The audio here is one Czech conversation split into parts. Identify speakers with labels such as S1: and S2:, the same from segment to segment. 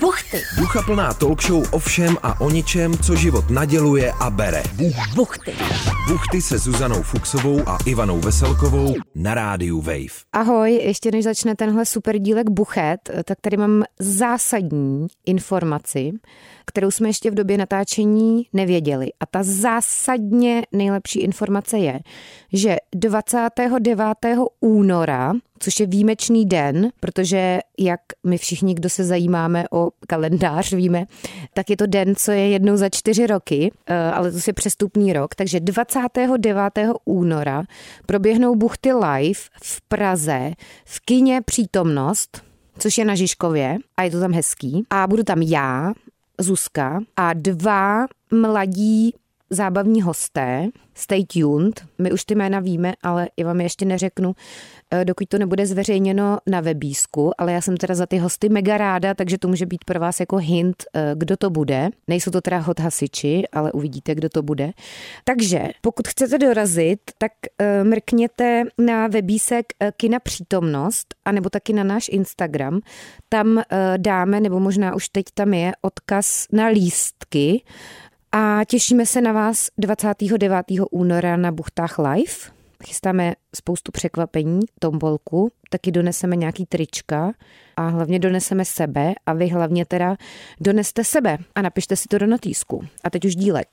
S1: Buchty.
S2: Ducha plná talk show o všem a o ničem, co život naděluje a bere.
S1: Buchty.
S2: Buchty se Zuzanou Fuxovou a Ivanou Veselkovou na rádiu Wave.
S3: Ahoj, ještě než začne tenhle super dílek Buchet, tak tady mám zásadní informaci, kterou jsme ještě v době natáčení nevěděli. A ta zásadně nejlepší informace je, že 29. února, což je výjimečný den, protože jak my všichni, kdo se zajímáme o kalendář, víme, tak je to den, co je jednou za čtyři roky, eh, ale to je přestupný rok, takže 29. února proběhnou Buchty Live v Praze v kině Přítomnost, což je na Žižkově a je to tam hezký. A budu tam já, Zuzka a dva mladí zábavní hosté. Stay tuned. My už ty jména víme, ale já vám je ještě neřeknu, eh, dokud to nebude zveřejněno na webísku, ale já jsem teda za ty hosty mega ráda, takže to může být pro vás jako hint, eh, kdo to bude. Nejsou to teda hot hasiči, ale uvidíte, kdo to bude. Takže pokud chcete dorazit, tak eh, mrkněte na webísek eh, Kina Přítomnost, anebo taky na náš Instagram. Tam eh, dáme, nebo možná už teď tam je, odkaz na lístky, a těšíme se na vás 29. února na Buchtách Live. Chystáme spoustu překvapení, tombolku, taky doneseme nějaký trička a hlavně doneseme sebe a vy hlavně teda doneste sebe a napište si to do notýsku. A teď už dílek.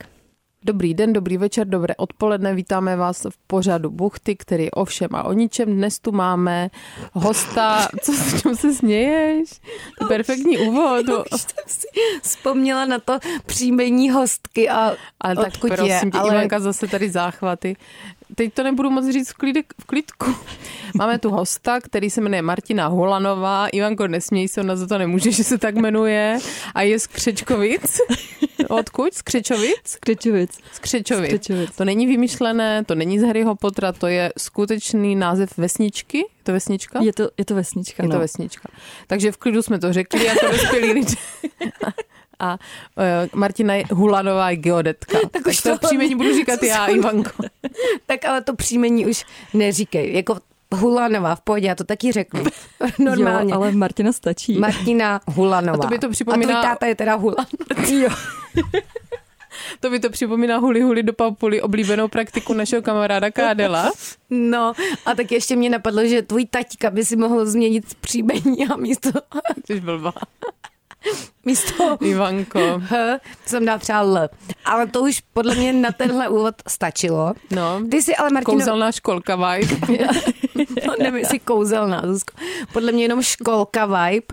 S4: Dobrý den, dobrý večer, dobré odpoledne. Vítáme vás v pořadu Buchty, který je o všem a o ničem. Dnes tu máme hosta. Co s čem se směješ? To je Perfektní úvod.
S1: Vzpomněla na to příjmení hostky a
S4: Ale tak
S1: odkud
S4: prosím
S1: je,
S4: tě,
S1: ale
S4: Ivanka, zase tady záchvaty. Teď to nebudu moc říct v, klidek, v klidku. Máme tu hosta, který se jmenuje Martina Holanová. Ivanko, nesměj se, ona za to nemůže, že se tak jmenuje. A je z Křečkovic. Odkud? Z Křečovic?
S5: Křečovic.
S4: Z Křečovic.
S5: Křečovic.
S4: To není vymyšlené, to není z Harryho Pottera, to je skutečný název vesničky. Je to vesnička?
S5: Je to, je to vesnička,
S4: je
S5: no.
S4: to vesnička. Takže v klidu jsme to řekli jako dospělí lidé. A, a eh, Martina je Hulanová je geodetka. Tak,
S1: už
S4: to
S1: to-
S4: příjmení budu říkat já, Ivanko.
S1: tak ale to příjmení už neříkej. Jako Hulanová, v pohodě, já to taky řeknu. Normálně.
S5: Jo, ale Martina stačí.
S1: Martina Hulanová.
S4: A to by to připomíná-
S1: A tvůj táta je teda Hulan.
S5: jo.
S4: To by to připomíná huli huli do papuli, oblíbenou praktiku našeho kamaráda Kádela.
S1: No a tak ještě mě napadlo, že tvůj taťka by si mohl změnit příjmení a místo,
S4: Jsi blbá.
S1: místo
S4: Ivanko.
S1: H jsem dá třeba L. Ale to už podle mě na tenhle úvod stačilo.
S4: No.
S1: Ty jsi ale Martino...
S4: Kouzelná školka vibe.
S1: No, nevím, jestli kouzelná, Zuzko. Podle mě jenom školka vibe.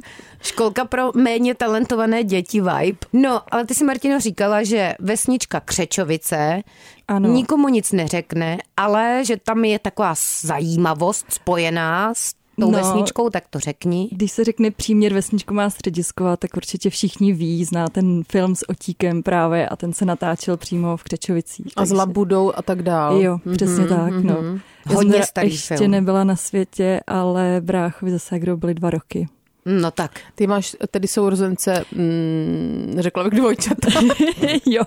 S1: Školka pro méně talentované děti vibe. No, ale ty si, Martino, říkala, že vesnička Křečovice
S5: Ano.
S1: nikomu nic neřekne, ale že tam je taková zajímavost spojená s tou
S5: No.
S1: vesničkou, tak to řekni.
S5: Když se řekne příměr vesničku má středisko, tak určitě všichni ví, zná ten film s Otíkem právě a ten se natáčel přímo v Křečovicích.
S4: A s
S5: takže-
S4: labudou a tak dál.
S5: Jo, přesně tak, no. Já
S1: Mhm, Hodně
S5: jsem teda
S1: starý
S5: ještě
S1: film.
S5: nebyla na světě, ale bráchovi zase, kdo byli dva roky.
S1: No tak.
S4: Ty máš tedy sourozence, mm, řekla bych dvojčata,
S5: jo.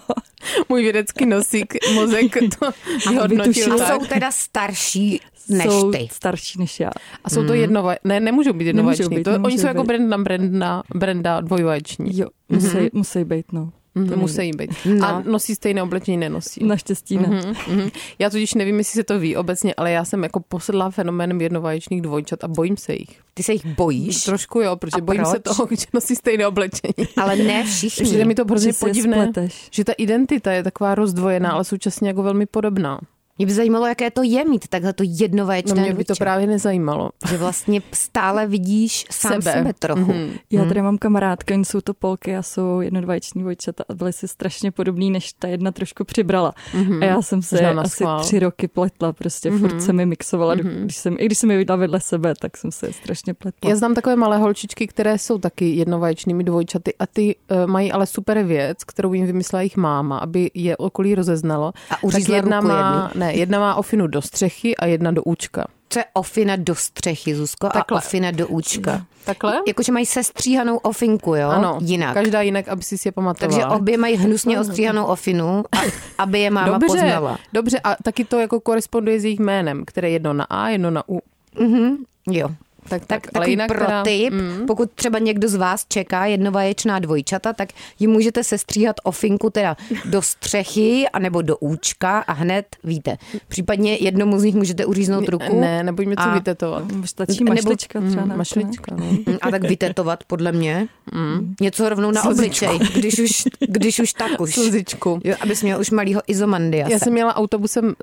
S4: můj vědecký nosík, mozek to vyhodnotil
S5: vytušila.
S1: A
S4: tak.
S1: jsou teda starší než
S5: Jsou
S1: ty.
S5: starší než já.
S4: A jsou to jednové, ne, nemůžou být jednovajční,
S5: Nemůžou být,
S4: to, oni
S5: nemůžou
S4: jsou jako
S5: být.
S4: Brenda, Brenda, Brenda dvojvajční.
S5: Jo,
S1: Mhm.
S5: musí, mm-hmm. musí být, no.
S4: To musí být. No. A nosí stejné oblečení, nenosí.
S5: Naštěstí ne.
S4: Mhm, mhm. Já totiž nevím, jestli se to ví obecně, ale já jsem jako posedlá fenoménem jednovaječných dvojčat a bojím se jich.
S1: Ty se jich bojíš,
S4: Trošku jo, protože
S1: A
S4: bojím se
S1: proč?
S4: toho, že nosí stejné oblečení.
S1: ale ne všichni.
S4: Přijde mi to hrozně
S5: Že prostě si je
S4: podivné,
S5: spleteš.
S4: že ta identita je taková rozdvojená, ale současně jako velmi podobná.
S1: Mě by zajímalo, jaké to je mít takhle to jednovaječné
S4: No mě by to
S1: dvojče.
S4: právě nezajímalo.
S1: Že vlastně stále vidíš sám sebe,
S4: Sebe.
S1: sebe trochu. Mm-hmm.
S4: Mhm.
S5: Já tady mám kamarádky, oni jsou to polky a jsou jednodvajční vojčata a byly si strašně podobný, než ta jedna trošku přibrala. Mm-hmm. A já jsem se
S4: Mhm. Možná na
S5: asi
S4: schvál. Mhm.
S5: tři roky pletla, prostě mm-hmm. furt se mi mixovala, mm-hmm. když jsem, i když jsem je viděla vedle sebe, tak jsem se strašně
S1: No.
S5: pletla.
S4: Já znám takové malé holčičky, které jsou taky jednovaječnými dvojčaty a ty uh, mají ale super věc, kterou jim vymyslela jejich máma, aby je okolí rozeznalo.
S1: A uřízla
S4: tak jedna
S1: ruku
S4: má, ne, jedna má ofinu do střechy a jedna do účka.
S1: Co je ofina do střechy, Zuzko,
S4: Takhle.
S1: a ofina do účka.
S4: Takhle?
S1: Jakože mají sestříhanou ofinku, jo?
S4: ano,
S1: No, Jinak.
S4: Každá jinak, aby si si je pamatovala.
S1: Takže obě mají hnusně ostříhanou ofinu, a, aby je máma
S4: dobře,
S1: poznala.
S4: dobře, a taky to jako koresponduje s jejich jménem, které je jedno na A, jedno na U.
S1: Jo.
S4: Tak,
S3: Tak
S4: tak, ale
S3: takový
S4: jinak
S3: pro
S4: teda-
S3: tip, mm. pokud třeba někdo z vás čeká jednovaječná dvojčata, tak ji můžete sestříhat ofinku teda do střechy anebo do účka a hned víte. Případně jednomu z nich můžete uříznout ruku
S4: Ne, nebudeme něco
S3: A-
S4: vytetovat.
S5: Stačí
S3: Nebo-
S5: mašlička
S4: Mhm,
S5: třeba. na
S4: Mašlička, no.
S3: a tak vytetovat podle mě. Mm. Něco rovnou na obličej, když už, když už tak už.
S4: Slzičku.
S3: Jo, abys měl už malýho izomandia.
S4: Já jsem měla autobusem uh,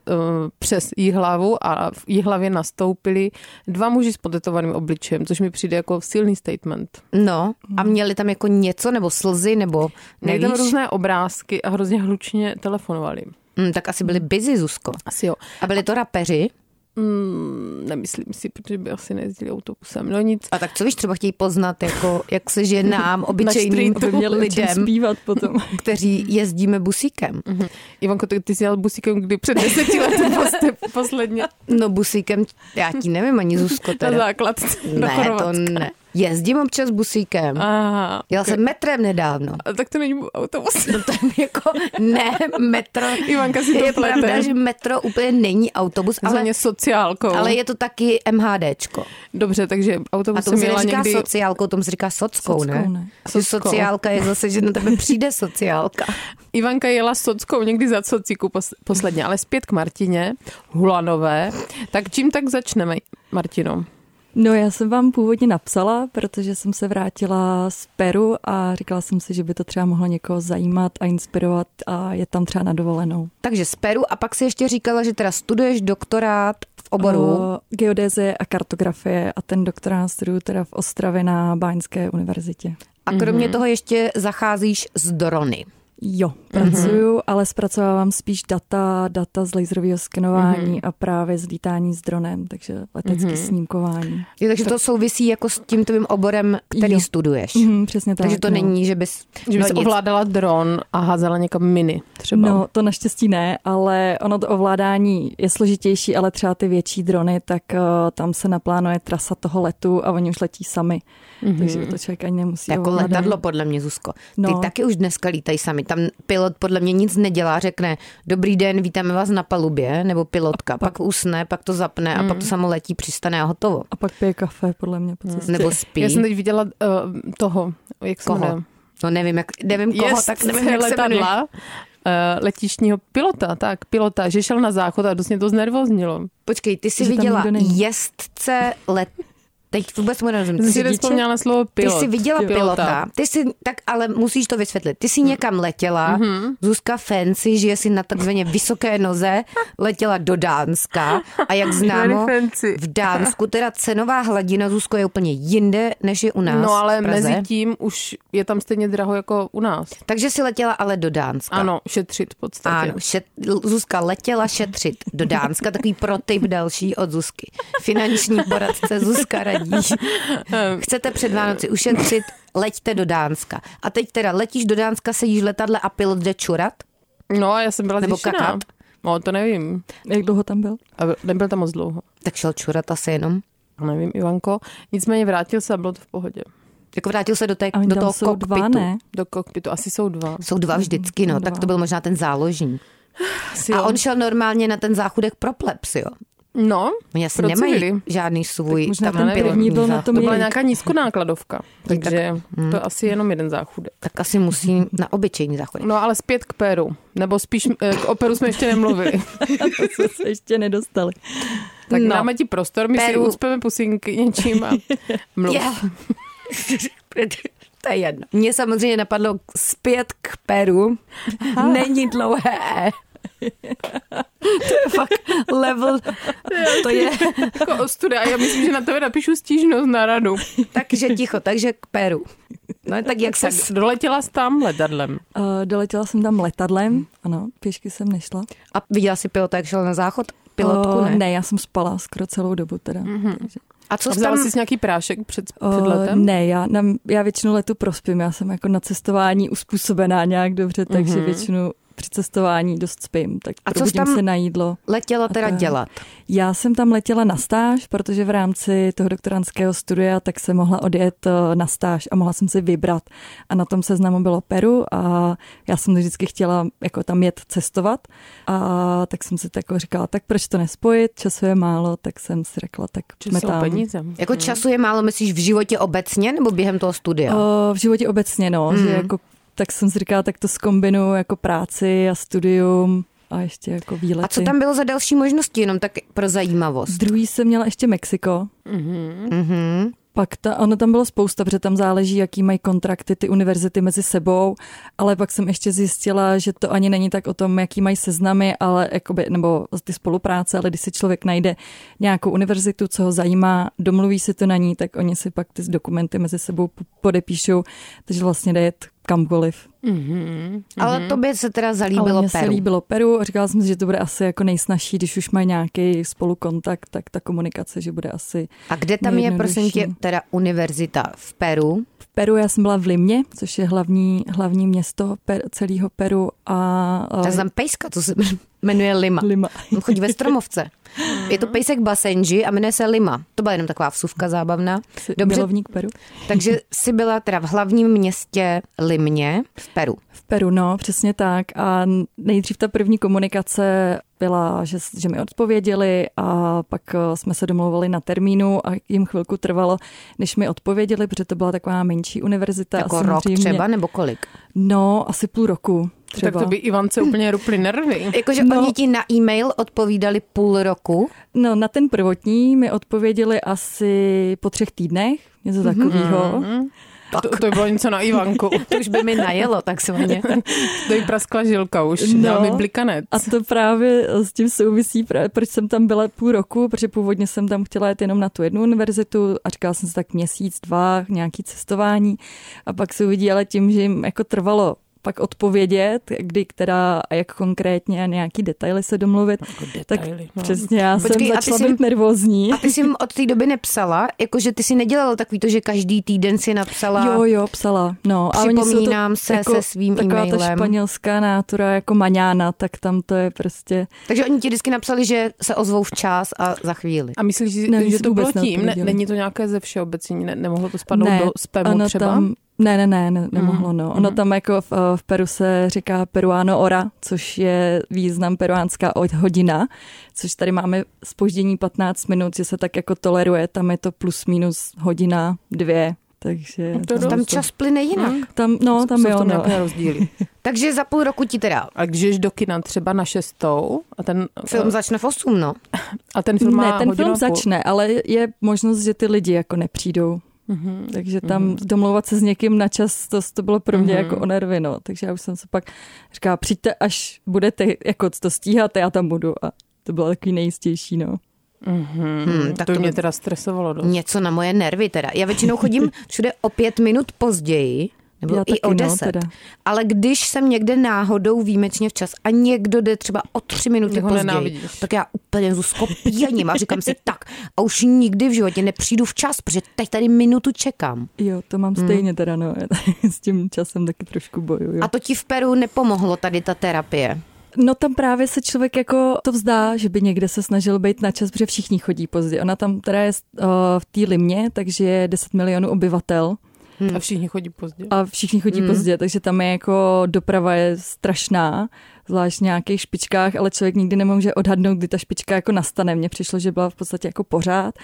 S4: přes Jihlavu a v Jihlavě nastoupili dva muži s potetovaným obličejem, což mi přijde jako silný statement.
S3: No, a měli tam jako něco, nebo slzy, nebo
S4: Měli tam
S3: nevíš?
S4: různé obrázky a hrozně hlučně telefonovali.
S3: Mm, tak asi byli busy, Zuzko.
S4: Asi jo.
S3: A byli to rapeři.
S4: Mm, nemyslím si, protože by asi nejezdili autobusem. No nic.
S3: A tak co víš, třeba chtějí poznat, jako, jak se žije nám, obyčejným
S5: Aby měli lidem.
S3: lidem,
S5: zpívat potom.
S3: kteří jezdíme busíkem.
S4: Mhm. Ivanko, ty, ty jsi jel busíkem kdy před deseti lety poste- posledně
S3: No busíkem, já ti nevím ani Zuzko
S4: na
S3: teda.
S4: základce do
S3: Ne, to
S4: Chorvatska.
S3: ne. Jezdím občas busíkem.
S4: Aha,
S3: Jel jsem metrem nedávno.
S4: A tak to není autobus.
S3: No to je jako, ne, metro.
S4: Ivanka si to
S3: je
S4: plete.
S3: pravda, že metro úplně není autobus,
S4: Ale, za
S3: ale,
S4: mě sociálkou.
S3: ale je to taky MHDčko.
S4: Dobře, takže
S3: A
S4: autobus
S3: tomu
S4: jsem
S3: se
S4: jela
S3: neříká
S4: někdy...
S3: sociálkou, tomu se říká sockou, ne?
S5: Sockou, ne.
S3: Že
S4: Sockou.
S3: sociálka je zase, že na tebe přijde sociálka.
S4: Ivanka jela s sockou někdy za socíku pos- posledně, ale zpět k Martině Hulanové. Tak čím tak začneme, Martino?
S5: No já jsem vám původně napsala, protože jsem se vrátila z Peru a říkala jsem si, že by to třeba mohlo někoho zajímat a inspirovat a je tam třeba na dovolenou.
S3: Takže z Peru a pak si ještě říkala, že teda studuješ doktorát v oboru.
S5: O geodézie a kartografie a ten doktorát studuju teda v Ostravě na Báňské univerzitě.
S3: A kromě toho ještě zacházíš z drony.
S5: Jo, pracuju, mm-hmm. ale zpracovávám spíš data, data z laserového skenování mm-hmm. a právě z lítání s dronem, takže letecké mm-hmm. snímkování.
S3: Jo, takže to souvisí jako s tím tvým oborem, který
S5: Jo.
S3: studuješ.
S5: Mm, přesně tak.
S3: Takže to
S5: no.
S3: není, že bys...
S4: Že bys
S3: no, nic.
S4: ovládala dron a házela někam miny třeba.
S5: No, to naštěstí ne, ale ono to ovládání je složitější, ale třeba ty větší drony, tak uh, tam se naplánuje trasa toho letu a oni už letí sami. Mm-hmm. Takže to člověk ani nemusí
S3: Jako
S5: ovládat.
S3: letadlo podle mě, Zuzko. Ty
S5: No.
S3: taky už dneska lítají sami. Tam pilot podle mě nic nedělá, řekne dobrý den, vítáme vás na palubě, nebo pilotka. Pak usne, pak to zapne a pak to samo letí, přistane a hotovo.
S5: A pak pije kafe, podle mě. Po cestě.
S3: Nebo spí.
S4: Já jsem teď viděla uh,
S3: eh,
S4: toho, jak se
S3: Koho?
S4: jmenuje.
S3: No nevím, jak, nevím koho,
S4: Jezdce
S3: tak nevím, jak se jmenuje.
S4: letadla. Uh, letišního pilota, tak, pilota, že šel na záchod a dost mě to znervoznilo.
S3: Počkej, ty jsi
S5: Že tam
S3: viděla
S5: nikdo není.
S3: jezdce let... Teď vůbec mu nerozumím.
S4: Jsem
S3: Ty
S4: si
S3: jsi,
S4: nevzpomněla na slovo
S3: ty
S4: pilot.
S3: jsi viděla pilota.
S4: Pilota. Mm.
S3: pilota. Ty jsi, tak ale musíš to vysvětlit. Ty jsi někam letěla,
S4: Mhm.
S3: mm-hmm. Zuzka Fancy, žije si na takzvaně vysoké noze, letěla do Dánska a jak známo,
S4: Very fancy.
S3: v Dánsku teda cenová hladina Zuzko je úplně jinde, než je u nás
S4: No ale
S3: v Praze.
S4: mezi tím už je tam stejně draho jako u nás.
S3: Takže si letěla ale do Dánska.
S4: Ano, šetřit v podstatě.
S3: Ano, šet, Zuzka letěla šetřit do Dánska, takový protip další od Zuzky. Finanční poradce Zuzka radí. Chcete před Vánoci ušetřit, leďte do Dánska. A teď teda letíš do Dánska, sedíš v letadle a pilot jde čurat?
S4: No, já jsem byla
S3: Nebo
S4: zjištěná.
S3: kakat?
S4: No, to nevím.
S5: Jak dlouho tam byl?
S4: A nebyl tam moc dlouho.
S3: Tak šel čurat asi jenom.
S4: To nevím, Ivanko. Nicméně vrátil se a bylo to v pohodě.
S3: Jako vrátil se do, té,
S5: A oni
S3: do
S5: tam
S3: toho
S5: jsou
S3: kokpitu.
S5: dva, ne?
S4: Do kokpitu. Asi jsou dva.
S3: Jsou dva vždycky, no, tak to byl možná ten záložní.
S4: Asi
S3: A
S4: jo.
S3: on šel normálně na ten záchudek pro plebs, jo.
S4: No,
S3: Oni asi
S4: Pro
S3: nemají
S4: civily.
S3: žádný svůj
S5: Možná
S3: tam
S5: ten
S3: nevím,
S5: první byl na
S3: záchod.
S5: tom
S4: to byla
S5: jejich.
S4: nějaká nízkonákladovka. Takže to je asi jenom jeden záchudek.
S3: Tak asi musí na obyčejný záchudek.
S4: No ale zpět k Peru. Nebo spíš eh, k operu jsme ještě nemluvili.
S5: To jsme se ještě nedostali.
S4: Tak
S3: No.
S4: no. dáme ti prostor, my Peru. si
S3: Peru.
S4: ucpeme pusinky něčím a mluv.
S3: Já. to je jedno. Mě samozřejmě napadlo zpět k Peru. Není dlouhé. E. To je fakt level. To je
S4: Jako ostuda. Já myslím, že na tebe napíšu stížnost na radu.
S3: takže ticho, takže k Peru. No tak jak se...
S4: Tak doletěla jsi tam letadlem.
S5: Uh, doletěla jsem tam letadlem, ano, pěšky jsem nešla.
S3: A viděla jsi pilota, jak šel na záchod? Pilotku
S5: Eh,
S3: ne.
S5: ne, já jsem spala skoro celou dobu teda. Mm-hmm. Takže,
S3: A co
S4: A
S3: jsi
S4: vzala
S3: tam...
S4: jsi nějaký prášek před,
S5: Eh,
S4: před letem?
S5: ne, já, na, já většinu letu prospím, já jsem jako na cestování uspůsobená nějak dobře, takže mm-hmm. většinu při cestování dost spím, tak
S3: A co jsi
S5: probudím
S3: tam-
S5: se na jídlo.
S3: Letěla teda
S5: tak.
S3: dělat.
S5: Já jsem tam letěla na stáž, protože v rámci toho doktorandského studia tak jsem mohla odjet eh, na stáž a mohla jsem si vybrat. A na tom seznamu bylo Peru a já jsem vždycky chtěla jako tam jet cestovat. A tak jsem si tak jako říkala, tak proč to nespojit, času je málo, tak jsem si řekla, tak
S4: Že
S5: jsme
S4: jsou
S5: tam.
S4: peníze.
S3: Jako času je málo, myslíš v životě obecně nebo během toho studia?
S5: O, v životě obecně, no, mm. že jako, tak jsem si říkala, tak to zkombinuju jako práci a studium a ještě jako výlety.
S3: A co tam bylo za další možnosti, jenom tak pro zajímavost?
S5: Druhý jsem měla ještě Mexiko. Mm-hmm.
S3: Mhm.
S5: Pak ta, ono tam bylo spousta, protože tam záleží, jaký mají kontrakty ty univerzity mezi sebou, ale pak jsem ještě zjistila, že to ani není tak o tom, jaký mají seznamy, ale jakoby, nebo ty spolupráce, ale když si člověk najde nějakou univerzitu, co ho zajímá, domluví si to na ní, tak oni si pak ty dokumenty mezi sebou po- podepíšou, takže vlastně jde jet kamkoliv.
S3: Ale tobě Mhm. se teda
S5: ale
S3: zalíbilo
S5: mně se
S3: Peru.
S5: líbilo Peru a říkala jsem si, že to bude asi jako nejsnažší, když už mají nějaký spolukontakt, tak ta komunikace, že bude asi
S3: A kde tam je, prosím
S5: Nejjednodušší.
S3: tě, teda univerzita v Peru?
S5: Peru, já jsem byla v Limě, což je hlavní, hlavní město per, celého Peru a, a
S3: Já znám pejska, co se jmenuje Lima.
S5: Lima.
S3: On chodí ve stromovce. Je to pejsek Basenji a jmenuje se Lima. To byla jenom taková vsuvka zábavná.
S5: Dobře.
S3: Dobře,
S5: Milovník Peru.
S3: takže jsi byla teda v hlavním městě Limě v Peru.
S5: V Peru, no, přesně tak. A nejdřív ta první komunikace byla, že, že mi odpověděli a pak eh, jsme se domlouvali na termínu a jim chvilku trvalo, než mi odpověděli, protože to byla taková menší univerzita. a
S3: Jako rok
S5: samozřejmě-
S3: třeba, nebo kolik?
S5: No, asi půl roku. Třeba.
S4: Tak to by Ivance úplně ruply nervy.
S3: Jakože
S5: No.
S3: oni ti na e-mail odpovídali půl roku.
S5: No, na ten prvotní mi odpověděli asi po třech týdnech, něco takového. Mm-hmm.
S4: To, to bylo něco na Ivanku.
S3: To už by mi najelo, takzvaně.
S4: To jí praskla žilka už, no. dala
S5: No.
S4: mi blikanec.
S5: A to právě eh, s tím souvisí, pra- proč jsem tam byla půl roku, protože původně jsem tam chtěla jet jenom na tu jednu univerzitu a říkala jsem si tak měsíc, dva, nějaký cestování a pak se uvidí, ale tím, že jim jako trvalo pak odpovědět, kdy, která a jak konkrétně a nějaký detaily se domluvit,
S4: detaily,
S5: tak
S4: no.
S5: přesně já
S3: Počkej, a
S5: jsem
S3: ty
S5: začala
S3: jsi-
S5: být nervózní.
S3: A ty jsi jim od té doby nepsala, jakože ty si nedělala takový to, že každý týden si napsala.
S5: Jo, jo, psala. No, a oni jsou jako
S3: Připomínám se se svým
S5: taková ta
S3: e-mailem.
S5: španělská nátura jako maňána, tak tam to je prostě...
S3: Takže oni ti vždycky napsali, že se ozvou včas a za chvíli.
S4: A myslíš, že,
S5: Nevím,
S4: že
S5: si
S4: to bylo
S5: vůbec
S4: tím? Ne,
S5: neodpověděla.
S4: není to nějaké ze všeobecní? Ne, nemohlo to spadnout do spamu
S5: ono
S4: třeba? Hmm,
S5: Tam,
S4: mhm.
S5: ne, ne, ne, ne nemohlo, no. Ono tam jako v, v Peru se říká peruano ora, což je význam peruánská od- hodina, což tady máme spoždění 15 minut, že se tak jako toleruje, tam je to plus minus hodina, dvě, takže...
S4: to dost.
S3: Tam čas plyne jinak.
S5: Tam, no, tam
S4: Jsou v
S5: jo,
S4: tom
S5: no.
S4: nějaké rozdíly.
S3: Takže za půl roku ti teda
S4: A když jdeš do kina třeba na šestou a ten
S3: film
S5: Hmm.
S3: začne v 8, no.
S4: a ten film má
S5: ne, ten
S4: hodinu
S5: film
S4: a půl.
S5: začne, ale je možnost, že ty lidi jako nepřijdou.
S3: Mhm.
S5: Mm-hmm. Takže tam mm-hmm. domlouvat se s někým na čas, to, to bylo pro
S3: Mhm.
S5: mě mm-hmm. jako o nervy, no. Takže já už jsem se pak říkala, přijďte, až budete jako to stíhat, já tam budu. A to bylo takový nejistější, no.
S3: Hmm, tak
S4: to,
S3: to
S4: mě
S3: by
S4: teda stresovalo dost.
S3: něco na moje nervy teda. Já většinou chodím všude o pět minut později, nebo
S5: Já
S3: i
S5: taky,
S3: o
S5: no,
S3: deset.
S5: teda.
S3: Ale když jsem někde náhodou výjimečně včas a někdo jde třeba o tři minuty
S4: Jeho
S3: později,
S4: nenávidíš.
S3: tak já úplně Zuzko pěním a říkám si tak a už nikdy v životě nepřijdu včas, protože teď tady minutu čekám.
S5: Jo, to
S3: Mhm.
S5: mám stejně teda, no. s tím časem taky trošku bojuju.
S3: A to ti v Peru nepomohlo tady ta terapie.
S5: No tam právě se člověk jako to vzdá, že by někde se snažil být na čas, protože všichni chodí pozdě. Ona tam teda je eh, v té limě, takže je 10 milionů obyvatel.
S4: A všichni chodí pozdě.
S5: A všichni chodí mm. pozdě, takže tam je jako doprava je strašná, zvlášť v nějakých špičkách, ale člověk nikdy nemůže odhadnout, kdy ta špička jako nastane. Mně přišlo, že byla v podstatě jako pořád.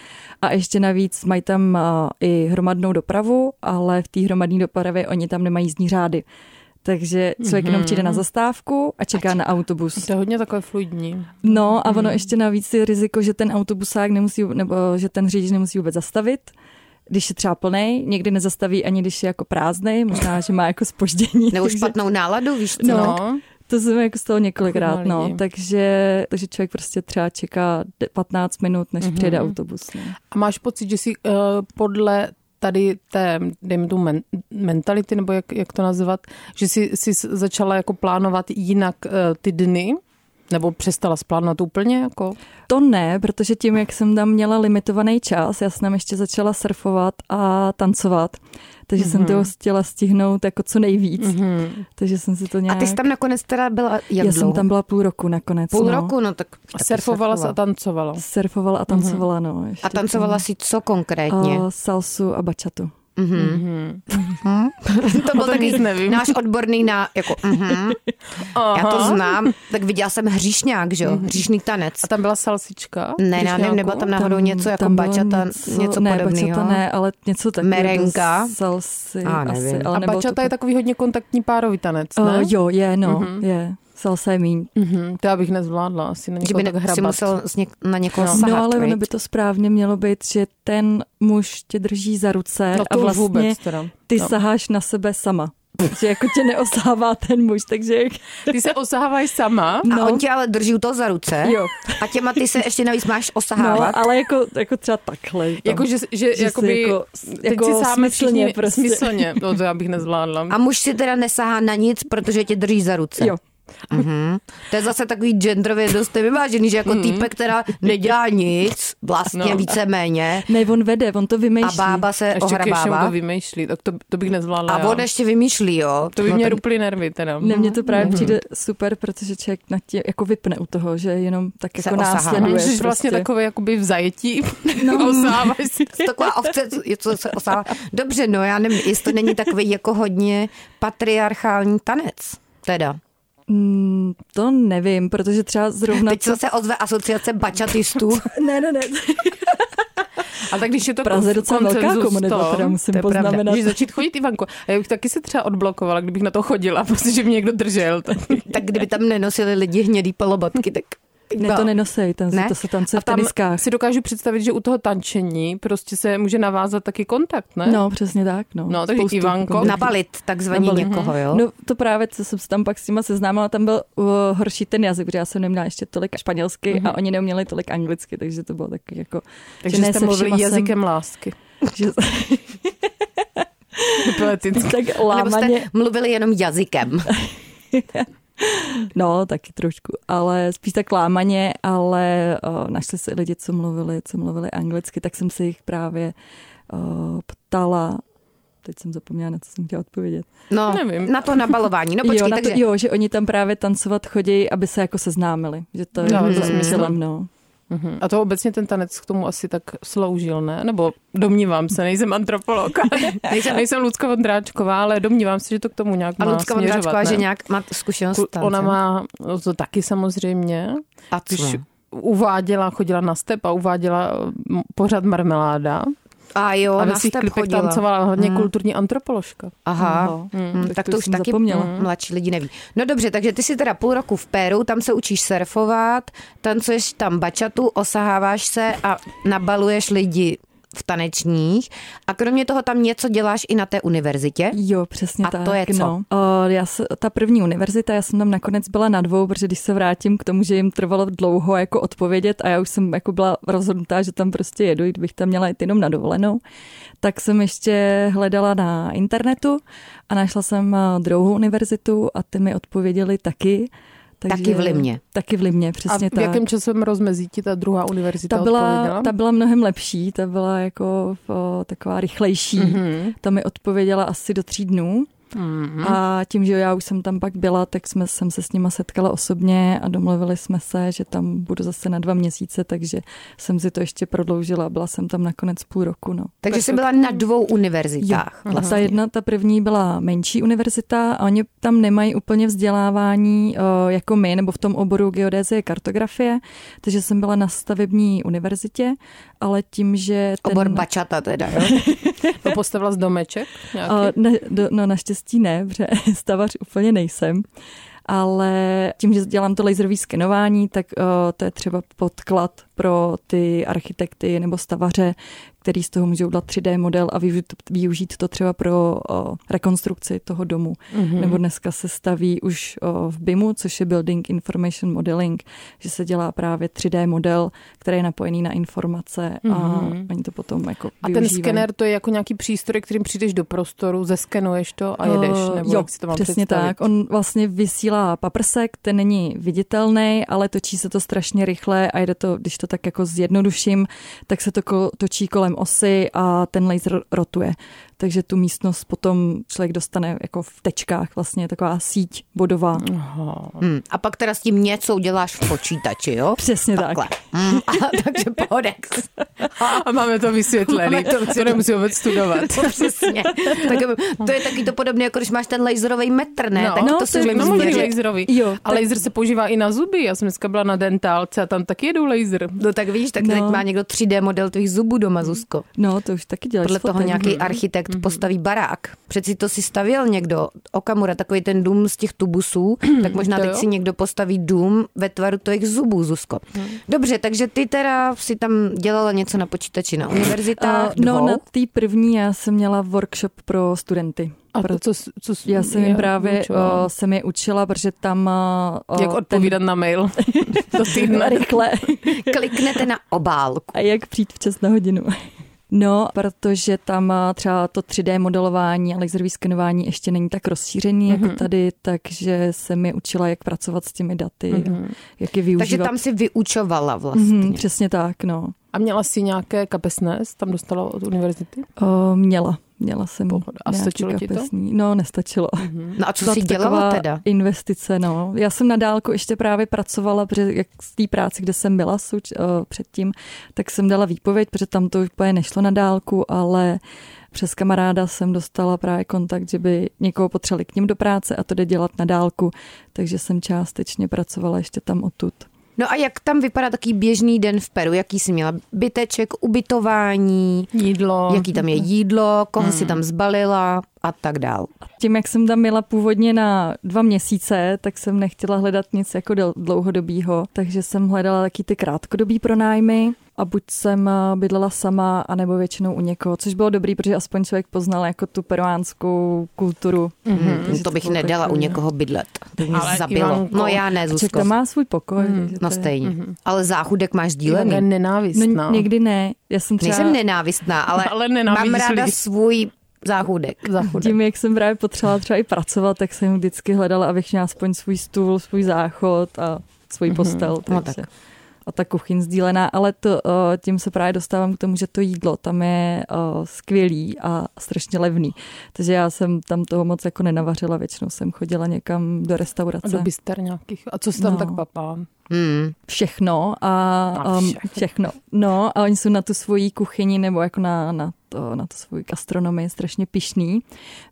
S5: A ještě navíc mají tam a, i hromadnou dopravu, ale v té hromadné dopravě oni tam nemají jízdní řády. Takže člověk mm-hmm. jenom přijde na zastávku a čeká, na autobus.
S4: To je hodně takové fluidní.
S5: No a
S3: mm.
S5: ono ještě navíc je riziko, že ten autobusák nemusí, nebo že ten řidič nemusí vůbec zastavit, když je třeba plnej, někdy nezastaví ani když je jako prázdnej, možná, že má jako spoždění.
S3: Nebo
S5: takže
S3: špatnou náladu, víš co?
S5: No.
S4: No.
S5: to se mi jako stalo několikrát,
S4: Chudná
S5: no.
S4: lidi.
S5: Takže, takže člověk prostě třeba čeká de- 15 minut,
S3: Mhm.
S5: než mm-hmm. přijede autobus. No.
S4: A máš pocit, že jsi uh, podle tady té, dejme tu men, mentality, nebo jak, jak to nazvat, že jsi, jsi začala jako plánovat jinak uh, eh, ty dny? Nebo přestala splánout úplně? Jako?
S5: To ne, protože tím, jak jsem tam měla limitovaný čas, já jsem ještě začala surfovat a tancovat, takže mm-hmm. jsem
S3: Mhm.
S5: toho chtěla stihnout jako co nejvíc.
S3: Hmm,
S5: Mm-hmm. Takže jsem si to nějak...
S3: A ty jsi tam nakonec teda byla jak
S5: já
S3: dlouho?
S5: jsem tam byla půl roku nakonec.
S3: Půl
S5: no.
S3: roku, no tak...
S4: A surfovala se a tancovala.
S5: Surfovala a tancovala, mm-hmm. no. Ještě
S3: Jako. Mhm. A tancovala si co konkrétně?
S5: A salsu a bačatu. mhm.
S3: to byl
S4: tom nic
S3: takový
S4: nevím.
S3: Mhm. náš odborný na, jako, mhm, já to znám. Tak viděla jsem hříšňák, že jo?
S5: Mhm.
S3: Hříšný tanec.
S4: A tam byla salsička?
S3: Ne, já nevím,
S4: Hříšňáku?
S3: nebyla tam náhodou něco jako
S5: tam bylo
S3: bačata, něco
S5: ne,
S3: podobného.
S5: bačata ne, ale něco takového.
S3: Merenga?
S5: do Salsy
S3: A,
S5: asi,
S3: nevím.
S5: ale
S4: A
S5: nebylo
S4: bačata
S5: to
S4: je takový hodně kontaktní párový tanec, ne?
S5: Uh, jo, je, no,
S3: Mhm.
S5: je. Salsa je míň.
S3: No,
S4: Mhm, to já bych nezvládla, asi na
S3: Že
S4: někoho
S3: by
S4: tak
S3: ne, si
S4: hrabat.
S3: musel s něk- na někoho
S4: No.
S3: sahat,
S5: jako no ale ono
S3: viď?
S5: by to správně mělo být, že ten muž tě drží za ruce
S4: No
S5: a
S4: to
S5: vlastně
S4: vůbec teda.
S5: ty
S4: No.
S5: saháš na sebe sama. že jako tě neosává ten muž, takže...
S4: Ty se osahávají sama?
S5: No,
S3: A on tě ale drží u toho za ruce.
S5: Jo.
S3: A těma ty se ještě navíc máš osahávat.
S5: No, ale jako, jako třeba takhle. tam.
S4: Jako, že, že,
S5: si
S4: jakoby,
S5: jako-
S4: teď
S5: jako
S4: si sáme
S5: smyslně
S4: všichni,
S5: prostě.
S4: smyslně, no to já bych nezvládla.
S3: A muž si teda nesahá na nic, protože tě drží za ruce.
S5: Jo.
S3: Mhm. To je zase takový genderově dost vyvážený, že jako mm. týpek, která nedělá nic, vlastně
S4: Mhm. No.
S3: no. víceméně,
S5: Ne, on vede, on to
S3: a
S5: vymýšlí.
S3: bába se
S4: Ještě ke všemu to
S3: ohrabává.
S4: vymýšlí, tak to, to bych nezvládla.
S3: A
S4: já.
S3: on ještě vymýšlí, jo. No,
S4: To by mě
S3: tak-
S4: ruply nervy teda.
S5: Ne, mně to právě přijde super, protože člověk na tě jako vypne u toho, že jenom tak
S3: Se
S5: jako
S3: osahá.
S5: následuje.
S4: Jsi
S5: Prostě.
S4: vlastně takový jakoby v zajetí. No. Osáváš si.
S3: Taková ovce, co- co se osává. Dobře, no já nevím, jestli to není takový jako hodně patriarchální tanec. Teda.
S5: Mm, to nevím, protože třeba
S4: No
S5: zrovna...
S3: Teď se zase ozve asociace bačatistů.
S5: Ne, ne, ne.
S4: A tak když je to
S5: V Praze
S4: konf-
S5: docela velká
S4: konsenzus
S5: komunita,
S4: tom,
S5: teda musím
S4: to je pravda.
S5: poznamenat.
S4: Můžeš začít chodit, Ivanko. A já bych taky se třeba odblokovala, kdybych na to chodila, protože mě někdo držel. Tak...
S3: tak kdyby tam nenosili lidi hnědý polobotky, tak...
S5: Ne, to nenosej, tam,
S3: Ne?
S5: ne? to se tancuje
S4: A
S5: v
S4: tam
S5: teniskách.
S4: si dokážu představit, že u toho tančení prostě se může navázat taky kontakt, ne?
S5: No, přesně tak. No,
S4: No, takže
S5: Spoustu
S4: Ivanko- mhm.
S5: kontaktů.
S3: Nabalit takzvaně
S5: Nabalit.
S3: někoho, jo?
S5: No to právě, co jsem se tam pak s nima seznámila, tam byl uh, horší ten jazyk, protože já jsem neměla ještě tolik španělsky mm-hmm. a oni neuměli tolik anglicky, takže to bylo taky jako...
S4: takže
S5: že ne
S4: jste
S5: se
S4: mluvili
S5: všema jsem-
S4: jazykem lásky.
S5: Že,
S4: Poeticky.
S5: tak
S3: Nebo
S5: lámaně,
S3: jste mluvili jenom jazykem.
S5: no taky trošku, ale spíš tak lámaně, ale uh, našli se i lidi, co mluvili, co mluvili anglicky, tak jsem se jich právě uh, ptala, teď jsem zapomněla, na co jsem chtěla odpovědět.
S3: No,
S4: Nevím.
S3: na to nabalování. No počkej,
S5: jo, na
S3: takže...
S5: to, jo, že oni tam právě tancovat chodí, aby se jako seznámili. Že to je
S4: No,
S5: no,
S4: to si
S5: smyslem, no.
S3: Hmm.
S4: Mhm. A to obecně ten tanec k tomu asi tak sloužil, ne? Nebo domnívám se, nejsem antropolog, nejsem, nejsem Lucka Vondráčková, ale domnívám se, že to k tomu nějak
S3: A
S4: má
S3: Lucka
S4: směřovat,
S3: Vondráčková,
S4: ne?
S3: že nějak má zkušenost
S4: Ku-
S3: s tancem.
S4: Ona má no to taky samozřejmě,
S3: A co?
S4: když uváděla, chodila na step a uváděla mm, pořád marmeláda.
S3: A jo,
S4: a
S3: na
S4: ve svých
S3: step
S4: klipech
S3: chodila. Hmm.
S4: tancovala hlavně kulturní antropoložka.
S3: Aha.
S5: Aha.
S3: Mm, tak,
S5: Tak
S3: to,
S5: to
S3: už
S5: jsem
S3: taky hmm.
S5: zapomněla.
S3: m- mladší lidi neví. No dobře, takže ty jsi teda půl roku v Peru, tam se učíš surfovat, tancuješ tam bačatu, osaháváš se a nabaluješ lidi v tanečních a kromě toho tam něco děláš i na té univerzitě.
S5: Jo, přesně
S3: A to
S5: tak.
S3: je co?
S5: No. Uh, já se, ta první univerzita, já jsem tam nakonec byla na dvou, protože když se vrátím k tomu, že jim trvalo dlouho jako odpovědět a já už jsem jako byla rozhodnutá, že tam prostě jedu, i kdybych tam měla jít jenom na dovolenou, tak jsem ještě hledala na internetu a našla jsem eh, druhou univerzitu a ty mi odpověděli taky.
S3: Taky v Limě.
S5: Taky v Limě,
S4: A
S5: přesně
S4: v
S5: tak.
S4: jakém časovém rozmezí ti ta druhá univerzita
S5: ta byla,
S4: odpověděla?
S5: ta byla mnohem lepší, ta byla jako o, taková rychlejší. Mm-hmm. Ta mi odpověděla asi do tří dnů. Mm-hmm. A tím, že já už jsem tam pak byla, tak jsme, jsem se s nima setkala osobně a domluvili jsme se, že tam budu zase na dva měsíce, takže jsem si to ještě prodloužila a byla jsem tam nakonec půl roku. No.
S3: Takže jsi byla na dvou univerzitách. Vlastně.
S5: Jo. Ta jedna, ta první byla menší univerzita a oni tam nemají úplně vzdělávání eh, jako my, nebo v tom oboru geodezie kartografie, takže jsem byla na stavební univerzitě, ale tím, že ten...
S3: Obor bačata teda, jo?
S4: To postavila z domeček? Nějaký?
S5: Eh, ne, do, no naštěstí ne, protože stavař úplně nejsem. Ale tím, že dělám to laserové skenování, tak uh, to je eh, třeba podklad pro ty architekty nebo stavaře, který z toho můžou udělat 3D model a využít, využít to třeba pro o, rekonstrukci toho domu.
S4: Mhm.
S5: Mm-hmm. Nebo dneska se staví už o, v BIMu, což je Building Information Modeling, že se dělá právě 3D model, který je napojený na informace mm-hmm. a oni to potom jako
S4: Mhm. A ten
S5: využívají.
S4: skener to je jako nějaký přístroj, kterým přijdeš do prostoru, zeskenuješ to a jedeš,
S5: Eh,
S4: nebo
S5: jo,
S4: jak si to mám
S5: přesně
S4: představit?
S5: tak. On vlastně vysílá paprsek, ten není viditelný, ale točí se to strašně rychle a jde to, když to tak jako zjednoduším, tak se to ko- točí kolem osy a ten laser rotuje. Takže tu místnost potom člověk dostane jako v tečkách vlastně, taková síť bodová.
S4: No, Aha.
S3: Hmm. A pak teda s tím něco uděláš v počítači, jo?
S5: Přesně tak.
S3: Takhle. Hmm. A, takže pohodex.
S4: A máme to vysvětlený, máme to, to nemusí vůbec studovat.
S3: Přesně. Tak, eh, to je taky to podobné, jako když máš ten laserový metr, ne? tak to,
S4: je
S3: si
S4: no,
S3: myslím,
S4: možný
S3: že...
S4: laserový.
S5: Jo,
S4: a laser se používá i na zuby. Já jsem dneska byla na dentálce a tam taky jedou laser.
S3: No tak víš, tak no.
S5: No.
S3: teď má někdo 3D model tvých zubů doma, Zuzko.
S5: No, to už taky děláš
S3: Podle
S5: s Eh,
S3: toho
S5: fotek.
S3: nějaký architekt postaví barák. Přeci to si stavěl někdo. Okamura, takový ten dům z těch tubusů, tak možná
S4: To
S3: teď
S4: jo.
S3: si někdo postaví dům ve tvaru těch zubů, Zuzko. Dobře, takže ty teda si tam dělala něco na počítači na univerzitách
S5: Eh, no,
S3: dvou.
S5: na té první já jsem měla workshop pro studenty.
S4: A
S5: Pro-
S4: to, co, s- co, s-
S5: Já jsem jim právě
S4: vyučovala.
S5: o, jsem je učila, protože tam... O,
S4: Jak odpovídat na mail do týdne.
S5: rychle.
S3: Kliknete na obálku.
S5: A jak přijít včas na hodinu? No, protože tam a, třeba to 3D modelování a laserové skenování ještě není tak rozšířený
S4: Mhm.
S5: mm-hmm. jako tady, takže jsem je učila, jak pracovat s těmi daty,
S4: Mhm.
S5: mm-hmm. jak je využívat.
S3: Takže tam si vyučovala vlastně.
S5: mm-hmm, přesně tak, no.
S4: A měla jsi nějaké kapesné, jsi tam dostala od univerzity?
S5: O, Eh, měla, měla jsem
S4: A
S5: nějaký
S4: stačilo ti to?
S5: kapesní. No, nestačilo.
S3: No a co
S5: Byla
S3: jsi
S5: to
S3: dělala
S5: taková
S3: teda?
S5: Investice, no. Já jsem na dálku ještě právě pracovala, protože jak z té práce, kde jsem byla suč, uh, předtím, tak jsem dala výpověď, protože tam to úplně nešlo na dálku, ale přes kamaráda jsem dostala právě kontakt, že by někoho potřebovali k ním do práce a to jde dělat na dálku, takže jsem částečně pracovala ještě tam odtud.
S3: No a jak tam vypadá takový běžný den v Peru? Jaký jsi měla byteček, ubytování,
S4: Jídlo.
S3: jaký tam je jídlo, koho si tam zbalila a tak dál.
S5: Tím, jak jsem tam byla původně na dva měsíce, tak jsem nechtěla hledat nic jako del- dlouhodobýho, takže jsem hledala taky ty krátkodobý pronájmy a buď jsem eh, bydlela sama, anebo většinou u někoho, což bylo dobrý, protože aspoň člověk poznal jako tu peruánskou kulturu. Mm-hmm.
S3: Hmm, to bych nedala u někoho bydlet. To mě
S4: Ale
S3: zabilo.
S4: Ivanko-
S3: no já ne,
S5: Člověk
S3: Zuzko.
S5: tam má svůj pokoj. Mm,
S3: No stejně. Ale záchudek máš
S4: Jídlo je
S3: dílený.
S4: nenávistná.
S5: No, někdy ne. Já jsem třeba...
S3: Nejsem nenávistná, ale,
S4: Ale
S3: mám
S4: nenávidíš
S3: ráda
S4: lidi.
S3: svůj záchudek.
S4: Záchudek.
S5: Tím, jak jsem právě potřebovala třeba i pracovat, tak jsem vždycky hledala, abych měla aspoň svůj stůl, svůj záchod a svůj postel. Mm-hmm.
S3: No
S5: tak. A ta kuchyň sdílená, ale to, eh, tím se právě dostávám k tomu, že to jídlo tam je eh, skvělý a strašně levný. Takže já jsem tam toho moc jako nenavařila, většinou jsem chodila někam do
S4: A
S5: restaurace.
S4: do byster nějakých. A co jsi tam
S5: No.
S4: tak papá?
S3: Hmm.
S5: Všechno a
S4: A
S5: um,
S4: všechno.
S5: všechno. No a oni jsou na tu svoji kuchyni nebo jako na, na, to, na tu svoji gastronomii strašně pišní,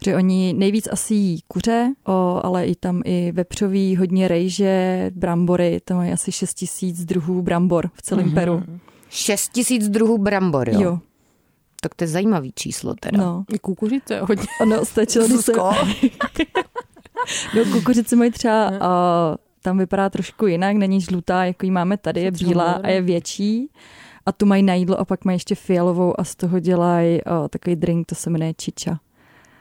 S5: že oni nejvíc asi jí kuře, o, ale i tam i vepřový, hodně rejže, brambory, tam mají asi 6 tisíc druhů brambor v celém mm-hmm. Peru.
S3: Šest tisíc druhů brambor, jo?
S5: Jo,
S3: Tak to je zajímavý číslo teda.
S5: no.
S4: I kukuřice hodně.
S5: Ono stačilo, když se... No, kukuřice mají třeba,
S3: No.
S5: uh, tam vypadá trošku jinak, není žlutá, jako ji máme tady, je bílá a je větší. A tu mají na jídlo a pak mají ještě fialovou a z toho dělají uh, takový drink, to se jmenuje čiča.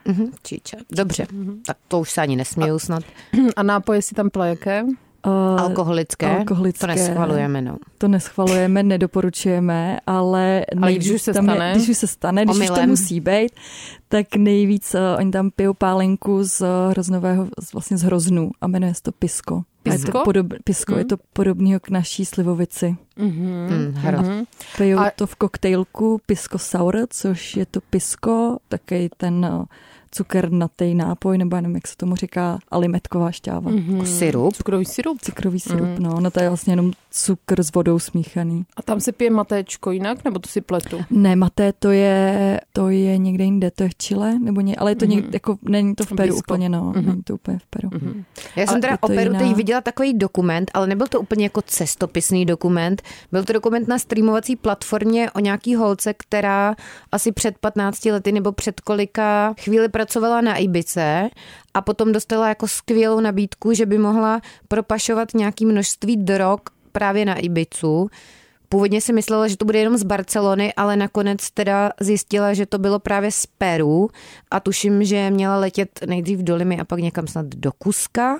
S3: Mhm, čiča. Dobře,
S5: Mhm.
S3: tak to už se ani nesměju snad.
S4: A nápoje si tam pila jaké?
S5: Uh,
S3: Alkoholické?
S5: alkoholické.
S3: To neschvalujeme, no.
S5: To neschvalujeme, nedoporučujeme, ale, nejvíc
S4: když už se
S5: tam
S4: stane?
S5: je, když už se stane, když už to
S3: Omylem.
S5: musí být, tak nejvíc uh, oni tam pijou pálenku z uh, hroznového, z, vlastně z hroznů a jmenuje se to pisko. A Je
S4: Pisko? Hmm.
S5: to, podob, pisko, je to podobného k naší slivovici. Mhm.
S3: Hmm, hro.
S5: Pijou
S4: A-
S5: a... to v koktejlku pisco sour, což je to pisko, taky ten eh, cukernatý nápoj, nebo já nevím, jak se tomu říká, alimetková šťáva.
S4: Hmm.
S5: Mm.
S4: Mhm.
S3: Jako Sirup?
S4: Cukrový sirup.
S5: Cukrový
S4: Hmm.
S5: sirup, mm. no, no to je vlastně jenom cukr s vodou smíchaný.
S4: A tam se pije matéčko jinak, nebo to si pletu?
S5: Ne, maté, to je, to je někde jinde, to je v Chile, nebo ně, ale je to mm. někde, jako, není to v Peru
S4: Blízko.
S5: úplně, no, mm. není to úplně v Peru. Mm.
S3: Já jsem
S5: Ale
S3: teda
S5: je
S3: o
S5: to
S3: Peru
S5: jiná-
S3: teď viděla takový dokument, ale nebyl to úplně jako cestopisný dokument. Byl to dokument na streamovací platformě o nějaký holce, která asi před 15 lety nebo před kolika chvíli pracovala na Ibice a potom dostala jako skvělou nabídku, že by mohla propašovat nějaký množství drog právě na Ibicu Původně si myslela, že to bude jenom z Barcelony, ale nakonec teda zjistila, že to bylo právě z Peru a tuším, že měla letět nejdřív do Limy a pak někam snad do Kuska.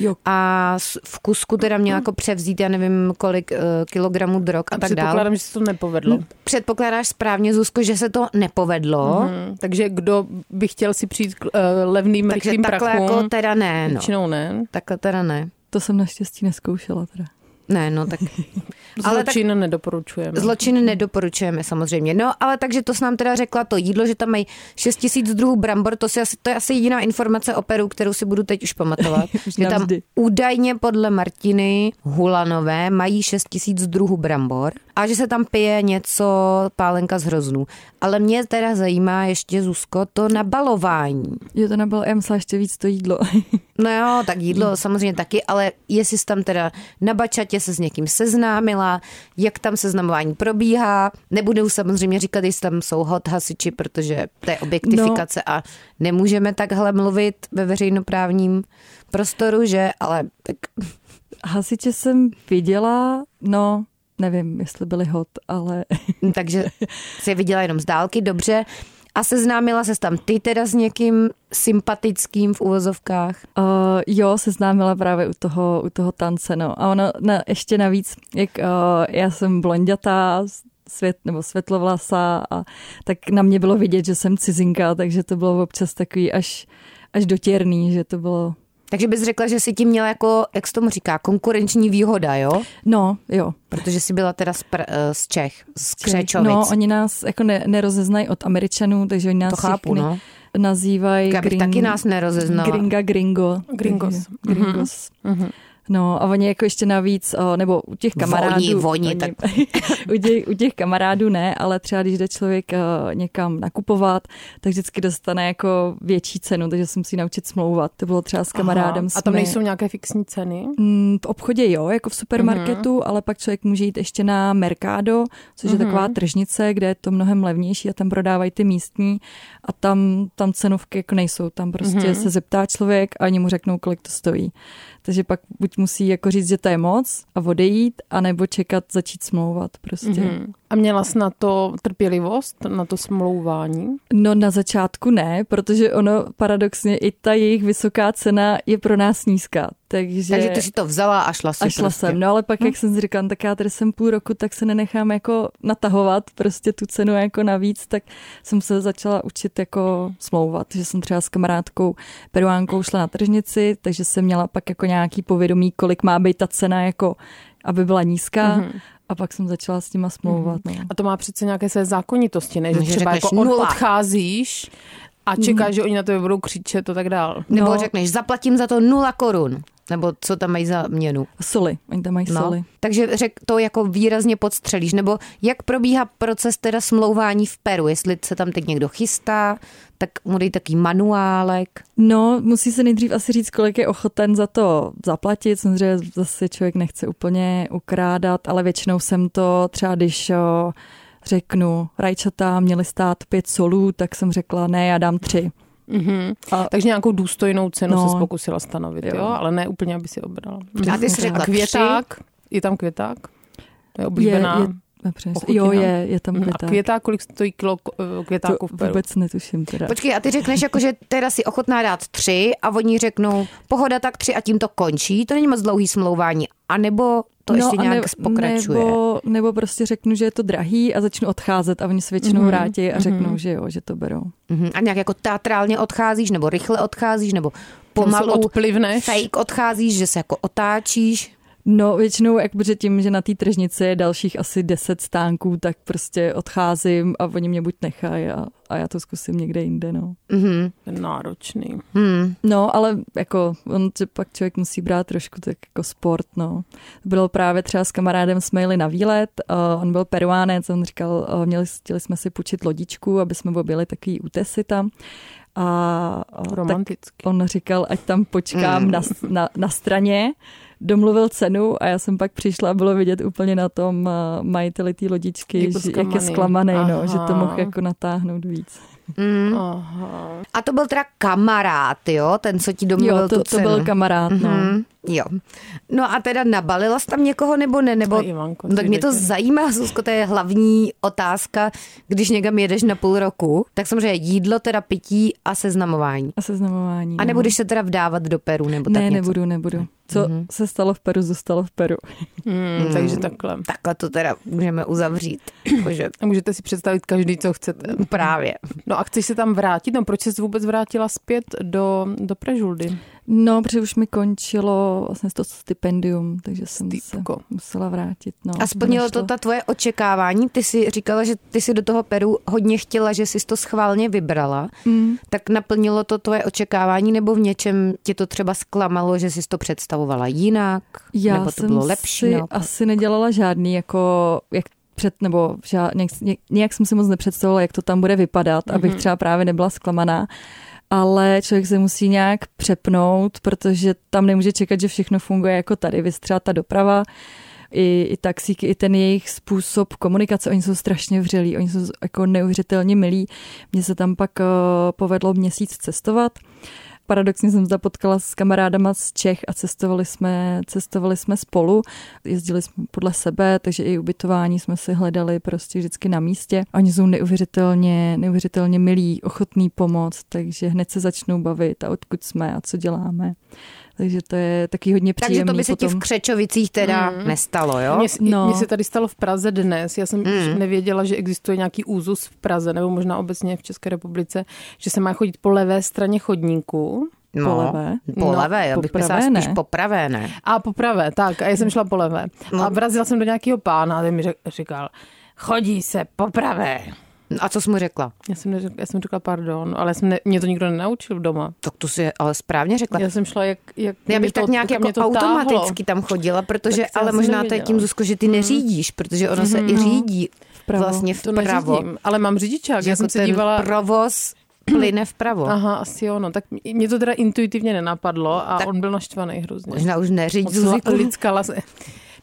S5: Jo.
S3: A s- v Kusku teda
S4: Mhm.
S3: měla jako převzít, já nevím, kolik eh, kilogramů drog a, tak dále.
S4: Předpokládám, že se to nepovedlo.
S3: Předpokládáš správně, Zuzko, že se to nepovedlo,
S4: Hmm. Takže kdo by chtěl si přijít k eh, levným
S3: takže
S4: rychlým
S3: takhle
S4: prachům,
S3: jako teda ne, no.
S4: většinou ne.
S3: Takhle teda ne.
S5: To jsem naštěstí neskoušela teda.
S3: Ne, no tak Ale tak-
S4: Zločin tak... nedoporučujeme.
S3: Zločin nedoporučujeme samozřejmě. No, ale takže to s nám teda řekla to jídlo, že tam mají 6 tisíc druhů brambor, to, si asi, to je asi jediná informace o Peru, kterou si budu teď už pamatovat.
S5: Už
S3: že tam
S5: navždy.
S3: údajně podle Martiny Hulanové mají 6 tisíc druhů brambor a že se tam pije něco pálenka z hroznů. Ale mě teda zajímá ještě, Zuzko, to nabalování.
S5: Jo, to nebylo, já myslela ještě víc to jídlo.
S3: No jo, tak jídlo samozřejmě taky, ale jestli jsi tam teda na bačatě se s někým seznámila, jak tam seznamování probíhá, nebudu samozřejmě říkat, jestli tam jsou hot hasiči, protože to je objektifikace no. a nemůžeme takhle mluvit ve veřejnoprávním prostoru, že, ale tak
S5: Hasiče jsem viděla, no, nevím, jestli byli hot, ale
S3: Takže jsi je viděla jenom z dálky, dobře. A seznámila se tam ty teda s někým sympatickým v uvozovkách?
S5: Uh, jo, seznámila právě u toho, u toho tance, no. A ono na, ještě navíc, jak uh, já jsem blondětá, s- svět, nebo světlovlasá, a tak na mě bylo vidět, že jsem cizinka, takže to bylo občas takový až, až dotěrný, že to bylo...
S3: Takže bys řekla, že si tím měla jako, jak se tomu říká, konkurenční výhoda, jo?
S5: No, jo.
S3: Protože jsi byla teda z, pr- eh, z Čech, z Křečovic.
S5: No, oni nás jako ne, nerozeznají od Američanů, takže oni nás
S3: to chápu,
S5: všechny
S3: no.
S5: nazývají...
S3: Já bych taky nás nerozeznala.
S5: Gringa gringo.
S4: Gringos. Mhm.
S5: Takže Gringos. No a oni jako ještě navíc, o, nebo u těch kamarádů...
S3: Mhm. Voní, voní, tak-
S5: u, těch, u těch kamarádů ne, ale třeba když jde člověk o, někam nakupovat, tak vždycky dostane jako větší cenu, takže se musí naučit smlouvat. To bylo třeba s kamarádem.
S4: A tam
S5: jsme-
S4: nejsou nějaké fixní ceny?
S5: Mm, v obchodě jo, jako v supermarketu, ale pak člověk může jít ještě na Mercado, což je taková tržnice, kde je to mnohem levnější a tam prodávají ty místní a tam, tam cenovky jako nejsou. Tam prostě se zeptá člověk a oni mu řeknou, kolik to stojí. Takže pak buď musí jako říct, že to je moc a odejít, anebo čekat, začít smlouvat prostě.
S4: Mhm. A měla jsi na to trpělivost, na to smlouvání?
S5: No na začátku ne, protože ono paradoxně i ta jejich vysoká cena je pro nás nízká. Takže,
S3: Takže ty si to vzala a šla si
S5: A šla
S3: prostě.
S5: jsem, no ale pak, jak jsem si říkala, tak já tady jsem půl roku, tak se nenechám jako natahovat prostě tu cenu jako navíc, tak jsem se začala učit jako smlouvat, že jsem třeba s kamarádkou peruánkou šla na tržnici, takže jsem měla pak jako nějaký povědomí, kolik má být ta cena jako, aby byla nízká a pak jsem začala s nima smlouvat. No.
S4: A to má přece nějaké své zákonitosti, ne? Že
S3: No, že
S4: třeba
S3: řekneš
S4: jako od,
S3: nula. Mhm.
S4: odcházíš a čekáš, že oni na tebe budou křičet a tak dál.
S3: Nebo
S5: No.
S3: řekneš, zaplatím za to nula korun. Nebo co tam mají za měnu.
S5: Soli, oni tam mají no.
S3: No.
S5: soli.
S3: Takže řek, to jako výrazně podstřelíš. Nebo jak probíhá proces teda smlouvání v Peru? Jestli se tam teď někdo chystá, tak mu dej taký manuálek.
S5: No, musí se nejdřív asi říct, kolik je ochoten za to zaplatit. Samozřejmě zase člověk nechce úplně ukrádat, ale většinou jsem to třeba, když o, řeknu, rajčata měly stát pět solů, tak jsem řekla, ne, já dám tři.
S4: Mhm.
S5: A-
S4: Takže nějakou důstojnou cenu
S5: No.
S4: se pokusila stanovit, jo.
S5: Jo.
S4: jo, ale ne úplně, aby si obrala.
S3: A ty jsi řekla
S4: A květák? Je tam květák? To je oblíbená.
S5: je- Nepřines.
S4: Pochutina.
S5: Jo, je, je tam
S4: Mhm.
S5: květák.
S4: A květák, kolik stojí kilo eh,
S5: to
S4: květáku v Peru?
S5: vůbec netuším teda.
S3: Počkej, a ty řekneš jako, že teda si ochotná dát tři a oni řeknou, pohoda tak tři a tím to končí. To není moc dlouhý smlouvání. A nebo to no, ještě
S5: a
S3: nějak
S5: ne-
S3: pokračuje.
S5: Nebo, nebo prostě řeknu, že je to drahý a začnu odcházet a oni se většinou vrátí a řeknou, že jo, že to berou.
S3: Mhm. A nějak jako teatrálně odcházíš, nebo rychle odcházíš, nebo pomalu
S4: odplivneš.
S3: fake odcházíš, že se jako otáčíš.
S5: No většinou, jak protože tím, že na té tržnici je dalších asi 10 stánků, tak prostě odcházím a oni mě buď nechají a, a já to zkusím někde jinde, no.
S3: Mhm. hm.
S4: Náročný.
S5: No, ale jako on že pak člověk musí brát trošku tak jako sport, no. Bylo právě třeba s kamarádem jsme jeli na výlet, uh, on byl peruánec, on říkal, uh, měli, chtěli jsme si půjčit lodičku, aby jsme objeli takový útesy tam. A, uh, tak
S4: Romantický.
S3: Hmm.
S5: on říkal, ať tam počkám na, na, na straně, domluvil cenu a já jsem pak přišla a bylo vidět úplně na tom eh, majiteli té lodičky,
S4: Jak
S5: jak,
S4: byl
S5: že, jak je
S4: zklamaný.
S5: zklamaný, no, že to
S4: Aha.
S5: mohl jako natáhnout víc.
S3: Mm.
S4: Aha.
S3: A to byl teda kamarád, jo? Ten, co ti domluvil
S5: Jo, to,
S3: tu
S5: to
S3: cenu.
S5: byl kamarád, no.
S3: Mm, jo. No a teda nabalila jsi tam někoho nebo ne? Nebo...
S4: A Ivanko,
S3: No tak
S4: ty
S3: mě to
S4: děti.
S3: zajímá, Zuzko, to je hlavní otázka, když někam jedeš na půl roku, tak samozřejmě jídlo, teda pití a seznamování.
S5: A seznamování.
S3: A
S5: no.
S3: nebudeš se teda vdávat do Peru nebo tak
S5: ne,
S3: něco.
S5: nebudu, nebudu. Co
S3: Mhm.
S5: se stalo v Peru, zůstalo v Peru.
S4: Hmm, takže takhle.
S3: Takhle to teda můžeme uzavřít. Jakože
S4: A můžete si představit každý, co chcete.
S3: právě.
S4: No a chceš se tam vrátit? No proč jsi vůbec vrátila zpět do, do Prežuldy?
S5: No, protože už mi končilo vlastně to stipendium, takže jsem
S4: Stýpko.
S5: se musela vrátit. No,
S3: A splnilo
S5: nešlo.
S3: to ta tvoje očekávání? Ty si říkala, že ty si do toho Peru hodně chtěla, že jsi to schválně vybrala.
S5: Mm.
S3: Tak naplnilo to tvoje očekávání nebo v něčem tě to třeba zklamalo, že jsi to představovala jinak?
S5: Já
S3: nebo to
S5: jsem
S3: bylo lepší?
S5: si
S3: naopak?
S5: asi nedělala žádný, jako jak před, nebo žád, nějak, nějak jsem si moc nepředstavovala, jak to tam bude vypadat, mm-hmm.
S3: Mhm.
S5: abych třeba právě nebyla zklamaná. Ale člověk se musí nějak přepnout, protože tam nemůže čekat, že všechno funguje jako tady. Vy třeba ta doprava, i, i taxíky, i ten jejich způsob komunikace, oni jsou strašně vřelí, oni jsou jako neuvěřitelně milí. Mně se tam pak eh, povedlo měsíc cestovat paradoxně jsem se tam potkala s kamarádama z Čech a cestovali jsme, cestovali jsme spolu. Jezdili jsme podle sebe, takže i ubytování jsme si hledali prostě vždycky na místě. Oni jsou neuvěřitelně, neuvěřitelně milí, ochotní pomoct, takže hned se začnou bavit a odkud jsme a co děláme. Takže to je taky hodně příjemný.
S3: Takže to by se ti
S5: potom.
S3: v Křečovicích teda
S4: Mm.
S3: nestalo, jo?
S4: Mně, no.
S5: No.
S4: mně se tady stalo v Praze dnes. Já jsem mm.
S3: Mm.
S4: nevěděla, že existuje nějaký úzus v Praze, nebo možná obecně v České republice, že se má chodit po levé straně chodníku.
S3: No,
S5: po levé.
S3: Po
S4: No,
S3: levé, já
S5: po
S3: bych myslela
S5: pravé
S3: spíš
S5: ne.
S3: po pravé, ne?
S4: A po pravé, tak. A já jsem šla po levé. A vrazila jsem do nějakého pána a ten mi řek- říkal, chodí se po pravé.
S3: No A co jsi mu řekla?
S4: Já jsem, neřekla, já jsem řekla pardon, ale já jsem ne, mě to nikdo nenaučil doma.
S3: Tak to si ale správně řekla.
S4: Já jsem šla jak... jak
S3: Já
S4: mě
S3: bych tak
S4: to,
S3: nějak
S4: kam mě
S3: jako
S4: to táhlo.
S3: automaticky tam chodila, protože,
S4: Tak to já
S3: ale
S4: jsem
S3: možná to je
S4: nevěděla. Hmm.
S3: tím, Zuzko, že ty neřídíš, protože ono se i řídí
S5: Vpravo.
S3: vlastně
S4: To
S3: vpravo.
S4: neřídím, ale mám řidičák.
S3: Že
S4: Já jsem
S3: jako
S4: se
S3: ten
S4: dívala...
S3: provoz plyne vpravo.
S4: Aha, asi ono. Tak mě to teda intuitivně nenapadlo a tak. on byl naštvaný hrozně.
S3: Možná už neřídí,
S4: Moc la-
S3: Zuziku.
S4: lidská las...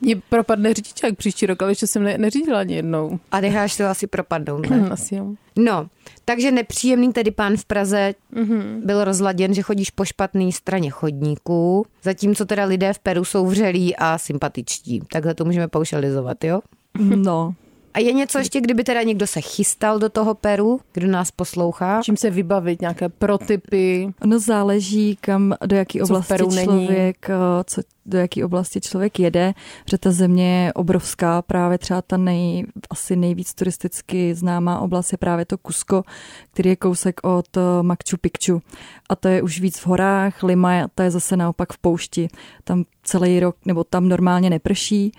S4: Mě propadne řidičák příští rok, ale ještě jsem ne- neřídila ani jednou.
S3: A necháš to asi propadnout. ne?
S4: Hm, Asi jo.
S3: No, takže nepříjemný tedy pán v Praze
S5: Mm-hmm.
S3: byl rozladěn, že chodíš po špatné straně chodníků, zatímco teda lidé v Peru jsou vřelí a sympatičtí. Takhle to můžeme paušalizovat, jo?
S5: No,
S3: A je něco ještě, kdyby teda někdo se chystal do toho Peru, kdo nás poslouchá?
S4: Čím se vybavit, nějaké protypy.
S5: Ono záleží, kam, do jaký
S4: Co v
S5: oblasti
S4: Peru není.
S5: člověk, eh, co, do jaký oblasti člověk jede, že ta země je obrovská, právě třeba ta nej, asi nejvíc turisticky známá oblast je právě to Cusco, který je kousek od eh, Machu Picchu a to je už víc v horách, Lima je- ta je zase naopak v poušti, tam celý rok, nebo tam normálně neprší,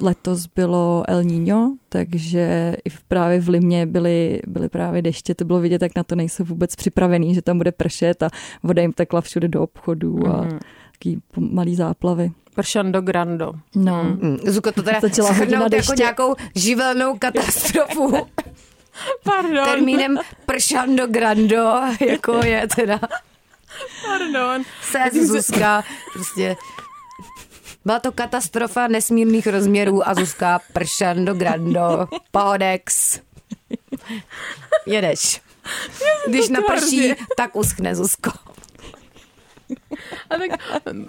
S5: Letos bylo El Niño, takže i v, právě v Limě byly, byly právě deště, to bylo vidět, jak na to nejsou vůbec připravený, že tam bude pršet a voda jim tekla všude do obchodů a
S4: Mhm.
S5: taky malý záplavy.
S4: Pršando Grando.
S5: No,
S3: Mm, Zuko to teda
S5: Začala hodina
S3: shrnout jako
S5: deště.
S3: nějakou živelnou katastrofu
S4: Pardon,
S3: termínem pršando grando, jako je teda
S4: pardon.
S3: se Zuzka, prostě byla to katastrofa nesmírných rozměrů a Zuzka pršando grando, pohodex. Jedeš. Když naprší, tak uschne Zuzko.
S4: A tak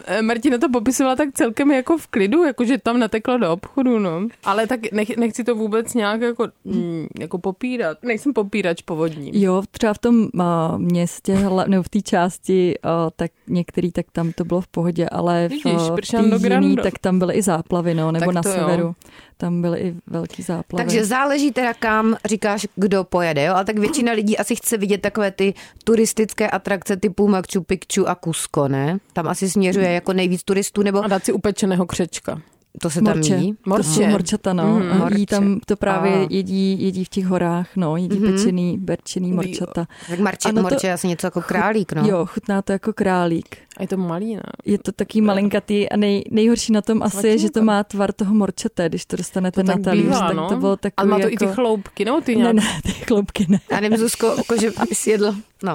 S4: eh, Martina to popisovala tak celkem jako v klidu, jakože tam natekla do obchodu, no. Ale tak nech, nechci to vůbec nějak jako, mm, jako popírat. Nejsem popírač povodní.
S5: jo, třeba v tom a, městě, hla- nebo v té části, a, tak některý, tak tam to bylo v pohodě, ale v,
S4: Vidíš,
S5: a, v té
S4: pršan do
S5: jiný,
S4: grando.
S5: tak tam byly i záplavy, no, nebo
S4: Tak
S5: na
S4: to jo.
S5: severu. Tam byly i velký záplavy.
S3: Takže záleží teda kam říkáš, kdo pojede, jo? ale tak většina lidí asi chce vidět takové ty turistické atrakce typu Machu Picchu a Cusco, ne? Tam asi směřuje jako nejvíc turistů, nebo
S4: A dát si upečeného křečka.
S3: to se tam
S5: Morče.
S3: jí?
S5: To jsou
S4: Morče.
S5: morčata, no.
S4: Mhm.
S5: Mm,
S3: Morče.
S5: Jedí tam, to právě
S3: A.
S5: jedí, jedí v těch horách, no. Jedí
S3: Mhm.
S5: mm-hmm. pečený, berčený
S4: Jo.
S5: morčata.
S3: Tak Marče,
S5: Ano, to-
S3: Morče je asi něco jako králík, no.
S5: Jo, chutná to jako králík.
S4: A je to malý, ne?
S5: Je to taký malinkatý a nej, nejhorší na tom asi je, že to má tvar toho morčete, když to dostanete
S4: To
S5: na
S4: tak
S5: talíř.
S4: bývá,
S5: tak
S4: no.
S5: to bylo
S4: A
S5: takový
S4: má to
S5: jako...
S4: i ty chloupky, nebo ty
S5: Ne,
S4: nějak?
S5: ne, ty chloupky ne.
S3: Já nevím, Zuzko, jakože bys jedl. No.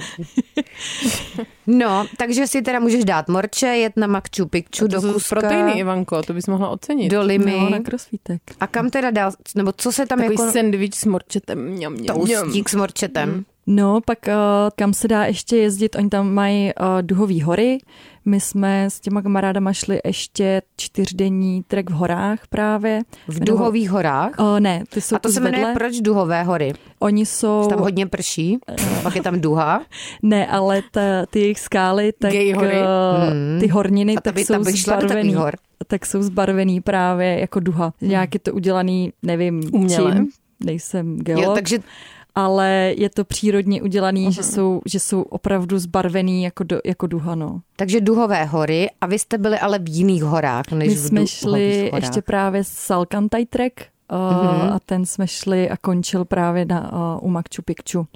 S3: no, takže si teda můžeš dát morče, jet na Makču Pikču do
S4: To jsou
S3: Kuska,
S4: proteiny, Ivanko, to bys mohla ocenit.
S3: do Limy.
S5: No, na krosvítek.
S3: A kam teda dál, nebo co se tam
S4: Takový
S3: jako...
S4: sendvič s morčetem. Mňam, mňam, mňam.
S3: Toustík s morčetem.
S5: No, pak uh, kam se dá ještě jezdit, oni tam mají uh, duhový hory. My jsme s těma kamarádama šli ještě čtyřdenní trek v horách právě.
S3: V Duhových horách.
S5: Uh, ne, ty jsou
S3: A to
S5: tu
S3: se jmenuje
S5: vedle.
S3: proč Duhové hory?
S5: Oni jsou...
S3: Tam hodně prší, pak je tam duha.
S5: Ne, ale ta, ty jejich skály, tak
S4: Gay hory.
S5: eh, ty horniny,
S3: A to
S5: tak
S3: by-
S5: jsou
S3: tam bych šla do
S5: zbarvený,
S3: takových hor.
S5: tak jsou zbarvený právě jako duha.
S3: Hmm.
S5: Nějak je to udělaný, nevím
S4: Uměle.
S5: čím, nejsem geolog,
S3: Jo, takže
S5: ale je to přírodně udělaný, že, jsou, že jsou opravdu zbarvený jako, do, jako duha, no.
S3: Takže Duhové hory a vy jste byli ale v jiných horách, než
S5: My
S3: v
S5: jsme
S3: Duhových
S5: šli
S3: horách.
S5: ještě právě Salkantay Trek uh,
S3: Mhm.
S5: a ten jsme šli a končil právě na, uh, u Machu Picchu.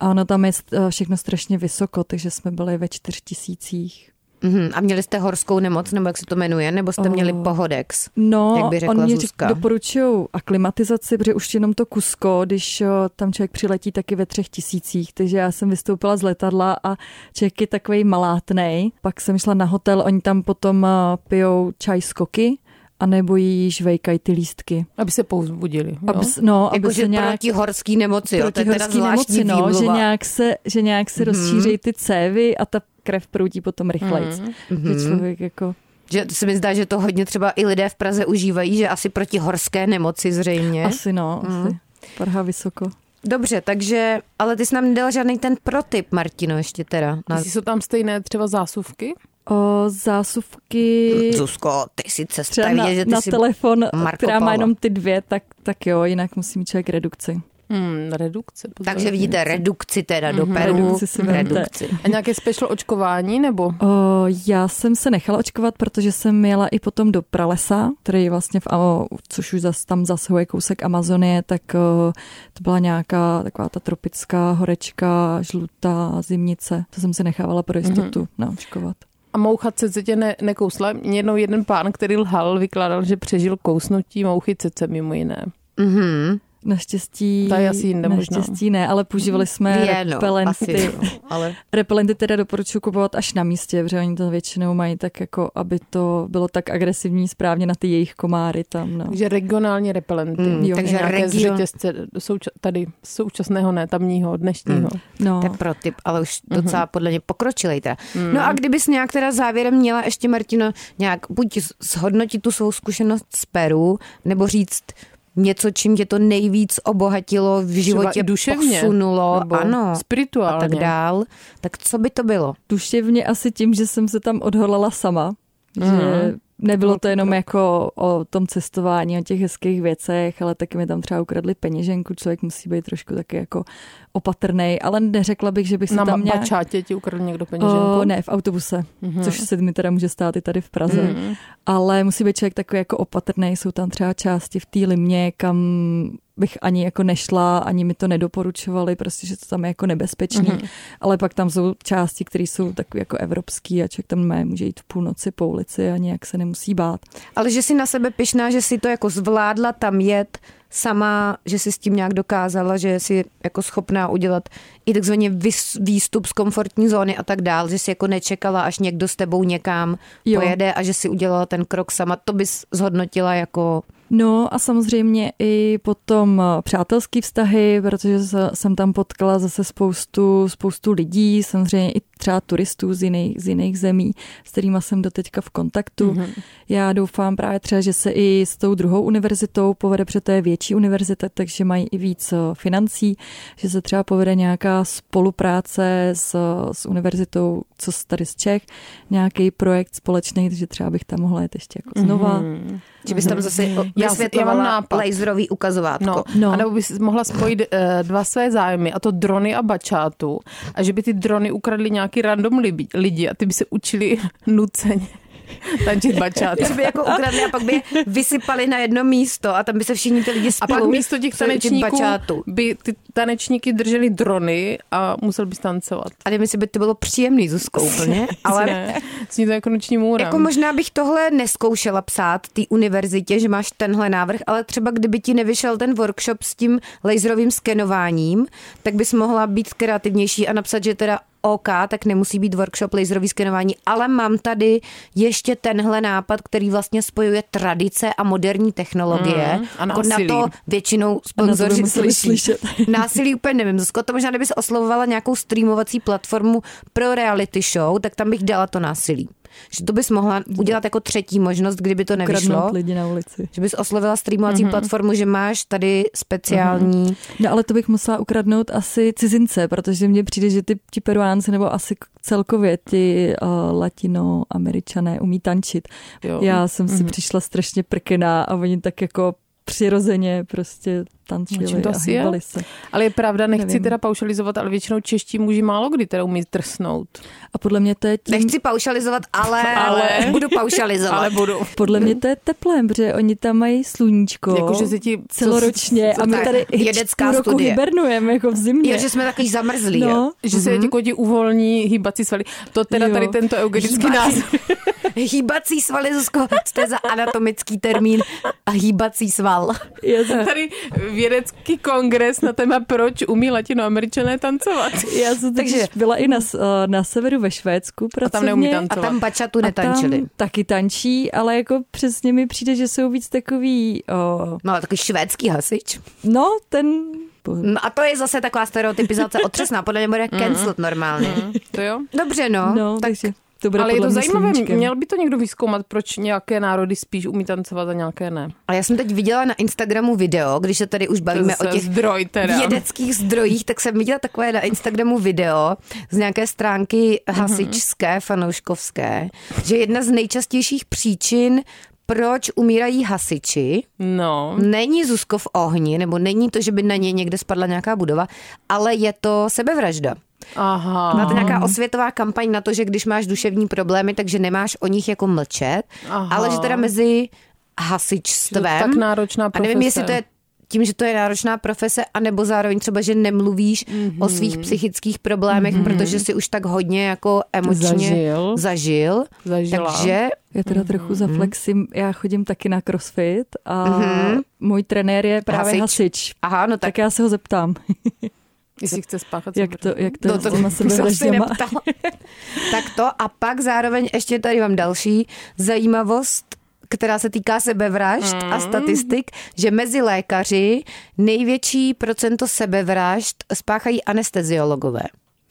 S5: A ono tam je uh, všechno strašně vysoko, takže jsme byli ve čtyř tisících.
S3: Mhm, A měli jste horskou nemoc, nebo jak se to jmenuje, nebo jste měli
S5: Oh.
S3: pohodex?
S5: No,
S3: jak by řekla
S5: oni
S3: Zuzka.
S5: doporučují aklimatizaci, protože už jenom to kusko, když o, tam člověk přiletí taky ve třech tisících, takže já jsem vystoupila z letadla a člověk je takový malátnej. Pak jsem šla na hotel, oni tam potom a, pijou čaj z koky, anebo jí žvejkají ty lístky.
S4: Aby se povzbudili.
S5: Aby,
S4: jo?
S5: s- no, aby
S3: Jakože
S5: se nějak...
S3: Jako, proti horský nemoci, jo? to je teda
S5: horský
S3: zvláštní
S5: nemoci, no, že
S3: výmluva. Mhm.
S5: nějak se, že nějak se rozšíří ty cévy a ta krev proudí potom rychlejc.
S3: Mhm.
S4: Mhm.
S5: Že člověk jako...
S3: Že se mi zdá, že to hodně třeba i lidé v Praze užívají, že asi proti horské nemoci zřejmě.
S5: Asi no,
S3: Mhm.
S5: asi. Prhá vysoko.
S3: Dobře, takže, ale ty jsi nám nedal žádný ten protip, Martino, ještě teda. Na...
S4: Jestli jsou tam stejné třeba zásuvky?
S5: O, zásuvky
S3: Zuzko, ty si
S5: třeba
S3: cesta,
S5: na,
S3: vidět, že ty
S5: na
S3: jsi...
S5: telefon,
S3: Marco
S5: která má
S3: Polo.
S5: jenom ty dvě, tak, tak jo, jinak musí mít člověk redukci.
S4: Hmm, redukce. pozor.
S3: Takže vidíte, redukci teda do Peru.
S5: redukci si vemte.
S3: Mhm. redukci.
S4: A nějaké special očkování, nebo?
S5: O, já jsem se nechala očkovat, protože jsem jela i potom do pralesa, který je vlastně v, o, což už zas, tam zasahuje kousek Amazonie, tak o, to byla nějaká taková ta tropická horečka, žlutá zimnice. To jsem se nechávala pro
S3: Mhm.
S5: jistotu mm-hmm. naočkovat.
S4: A moucha cece tě ne, nekousla? Mě jednou jeden pán, který lhal, vykládal, že přežil kousnutí mouchy cece mimo jiné.
S3: Mhm.
S5: Naštěstí,
S4: Ta je asi jinde možná.
S5: naštěstí ne, ale používali jsme
S3: Je, no,
S5: repelenty.
S3: asi, no, ale...
S5: Repelenty teda doporučuji kupovat až na místě, protože oni to většinou mají tak jako, aby to bylo tak agresivní správně na ty jejich komáry tam. No.
S4: Takže regionální repelenty.
S3: Mm,
S5: Jo,
S3: takže
S4: Nějaké z
S3: region,
S4: řetězce do souča- tady z současného, ne tamního, dnešního.
S5: No.
S3: To je pro tip, ale už
S4: Mhm.
S3: docela podle mě pokročilej teda. No a kdybys nějak teda závěrem měla ještě, Martino, nějak buď s- zhodnotit tu svou zkušenost z Peru, nebo říct něco, čím tě to nejvíc obohatilo v životě,
S4: i duševně,
S3: posunulo,
S4: nebo
S3: ano,
S4: spirituálně.
S3: a tak dál, tak co by to bylo?
S5: Duševně asi tím, že jsem se tam odhodlala sama,
S4: Mhm.
S5: že nebylo to jenom jako o tom cestování, o těch hezkých věcech, ale taky mi tam třeba ukradli peněženku, člověk musí být trošku taky jako opatrný, ale neřekla bych, že bych se
S4: Na
S5: tam nějak...
S4: mačátě ti ukradl někdo peněženku?
S5: O, ne, v autobuse, mm-hmm. což se mi teda může stát i tady v Praze. Mm-hmm. Ale musí být člověk takový jako opatrný, jsou tam třeba části v té limě, kam bych ani jako nešla, ani mi to nedoporučovali, prostě, že to tam je jako nebezpečný. Mm-hmm. Ale pak tam jsou části, které jsou takový jako evropský a člověk tam ne, může jít v půlnoci po ulici a nějak se nemusí bát.
S3: Ale že jsi na sebe pišná, že si to jako zvládla tam jet sama, že si s tím nějak dokázala, že jsi jako schopná udělat i takzvaně vys- výstup z komfortní zóny a tak dál, že si jako nečekala, až někdo s tebou někam
S5: Jo.
S3: jo. pojede a že si udělala ten krok sama. To bys zhodnotila jako...
S5: No a samozřejmě i potom eh, přátelský vztahy, protože se- jsem tam potkala zase spoustu, spoustu lidí, samozřejmě i třeba turistů z jiných, z jiných zemí, s kterými jsem doteďka v kontaktu. Mm-hmm. Já doufám právě třeba, že se i s tou druhou univerzitou povede, protože to je větší univerzita, takže mají i víc eh, financí, že se třeba povede nějaká spolupráce s, eh, s univerzitou, co s- tady z Čech, nějaký projekt společný, takže třeba bych tam mohla jet ještě jako znova. Mm-hmm.
S3: Že bys tam zase o-
S4: Hmm. já mám
S3: vysvětlovala
S4: nápad.
S3: laserový ukazovátko.
S4: No,
S3: No.
S5: No.
S4: no. A nebo bys mohla spojit eh, dva své zájmy, a to drony a bačátu. A že by ty drony ukradly nějaký random libi, lidi a ty by se učili nuceně tančit bačátu.
S3: Že by jako ukradli a pak by je vysypali na jedno místo a tam by se všichni ty lidi
S4: A
S3: spolu
S4: pak místo těch
S3: přeli-
S4: tanečníků
S3: bačátu.
S4: by ty tanečníky drželi drony a musel bys tancovat.
S3: A nevím, jestli by to bylo příjemný, Zuzko, úplně, ale
S4: Ne. zní to jako noční můra.
S3: Jako možná bych tohle neskoušela psát té univerzitě, že máš tenhle návrh, ale třeba kdyby ti nevyšel ten workshop s tím laserovým skenováním, tak bys mohla být kreativnější a napsat, že teda OK, tak nemusí být workshop laserový skenování, ale mám tady ještě tenhle nápad, který vlastně spojuje tradice a moderní technologie.
S5: Hmm,
S4: Mm, a
S3: Jako
S4: násilí.
S3: Na to většinou
S5: na to by
S3: sponzoři
S5: museli
S3: slyší.
S5: slyšet.
S3: Násilí úplně nevím. Zuzko, to možná, kdybys oslovovala nějakou streamovací platformu pro reality show, tak tam bych dala to násilí. Že to bys mohla udělat jako třetí možnost, kdyby to nevyšlo.
S5: Kradnout lidi na ulici.
S3: Že bys oslovila streamovací mm-hmm. platformu, že máš tady speciální... Mm-hmm.
S5: No ale to bych musela ukradnout asi cizince, protože mně přijde, že ty, ti peruánci nebo asi k- celkově ti uh, latinoameričané umí tančit.
S4: jo.
S5: Já jsem si přišla strašně prkená a oni tak jako přirozeně prostě
S4: čím
S5: tančili
S4: to
S5: a
S4: asi je?
S5: hýbali se.
S4: Ale je pravda, nechci
S5: Nevím.
S4: teda paušalizovat, ale většinou čeští muži málo kdy teda umí trsnout.
S5: A podle mě to je tím,
S3: Nechci paušalizovat, ale,
S4: Ale-
S3: budu paušalizovat.
S4: Ale budu.
S5: podle mě to je teplem, protože oni tam mají sluníčko
S4: Jakože se ti...
S5: celoročně
S3: co-
S5: a my
S3: tak,
S5: tady i
S3: vědecká
S5: půl roku
S3: studie.
S5: hibernujeme jako v zimě.
S3: Jo, že jsme takový zamrzlí. jo.
S5: no,
S4: Že se jako ti uvolní hýbací svaly. To teda
S5: Jo.
S4: tady tento eugenický
S3: Hýbací-
S4: názor.
S3: Hýbací svaly, Zuzko, co to je za anatomický termín a hýbací sval.
S5: já jsem
S4: Tady vědecký kongres na téma, proč umí latinoameričané tancovat.
S5: Já jsem
S3: Takže-
S5: Takže... byla i na, s- eh, na severu ve Švédsku pracovně.
S4: neumí tancovat.
S3: A tam bačatu netančili.
S5: tam taky tančí, ale jako přesně mi přijde, že jsou víc takový, o,
S3: No, ale takový švédský hasič.
S5: no ten,
S3: No a to je zase taková stereotypizace otřesná, podle mě bude cancelled normálně. Mm.
S4: To jo?
S3: Dobře, no.
S5: no, Mm. no
S3: tak
S5: takže to bude
S4: Ale je
S5: podle
S4: to
S5: mě
S4: zajímavé,
S5: sluníčkem.
S4: měl by to někdo vyzkoumat, proč nějaké národy spíš umí tancovat a nějaké ne.
S3: A já jsem teď viděla na Instagramu video, když se tady už bavíme o
S4: Zase
S3: těch
S4: zdroj
S5: no.
S4: teda.
S3: vědeckých zdrojích, tak jsem viděla takové na Instagramu video z nějaké stránky
S5: Mhm.
S3: hasičské, fanouškovské, že jedna z nejčastějších příčin, proč umírají hasiči,
S4: No.
S5: Mhm.
S3: není Zuzko v ohni, nebo není to, že by na něj někde spadla nějaká budova, ale je to sebevražda.
S4: Aha.
S3: Byla to nějaká osvětová kampaň na to, že když máš duševní problémy, takže nemáš o nich jako mlčet,
S4: Aha.
S3: Aha. ale že teda mezi
S4: To je
S3: hasičstvem.
S4: tak náročná
S3: a
S4: profese.
S3: nevím, jestli to je tím, že to je náročná profese, anebo zároveň třeba, že nemluvíš mm-hmm.
S4: Mhm.
S3: o svých psychických problémech, mm-hmm. protože si už tak hodně jako emočně
S4: Zažil.
S3: zažil.
S4: Zažila.
S3: Takže
S5: Já teda trochu zaflexím, já chodím taky na crossfit a můj trenér je právě
S3: Hasič.
S5: hasič.
S3: Aha, no
S5: Tak,
S3: tak,
S5: já se ho zeptám,
S4: Jestli chce spáchat
S5: jak to, jak to,
S3: No to
S5: to na sebe
S3: jsem se
S5: vražděma.
S3: neptala. tak to a pak zároveň ještě tady mám další zajímavost, která se týká sebevražd mm.
S4: Hmm.
S3: a statistik, že mezi lékaři největší procento sebevražd spáchají anesteziologové.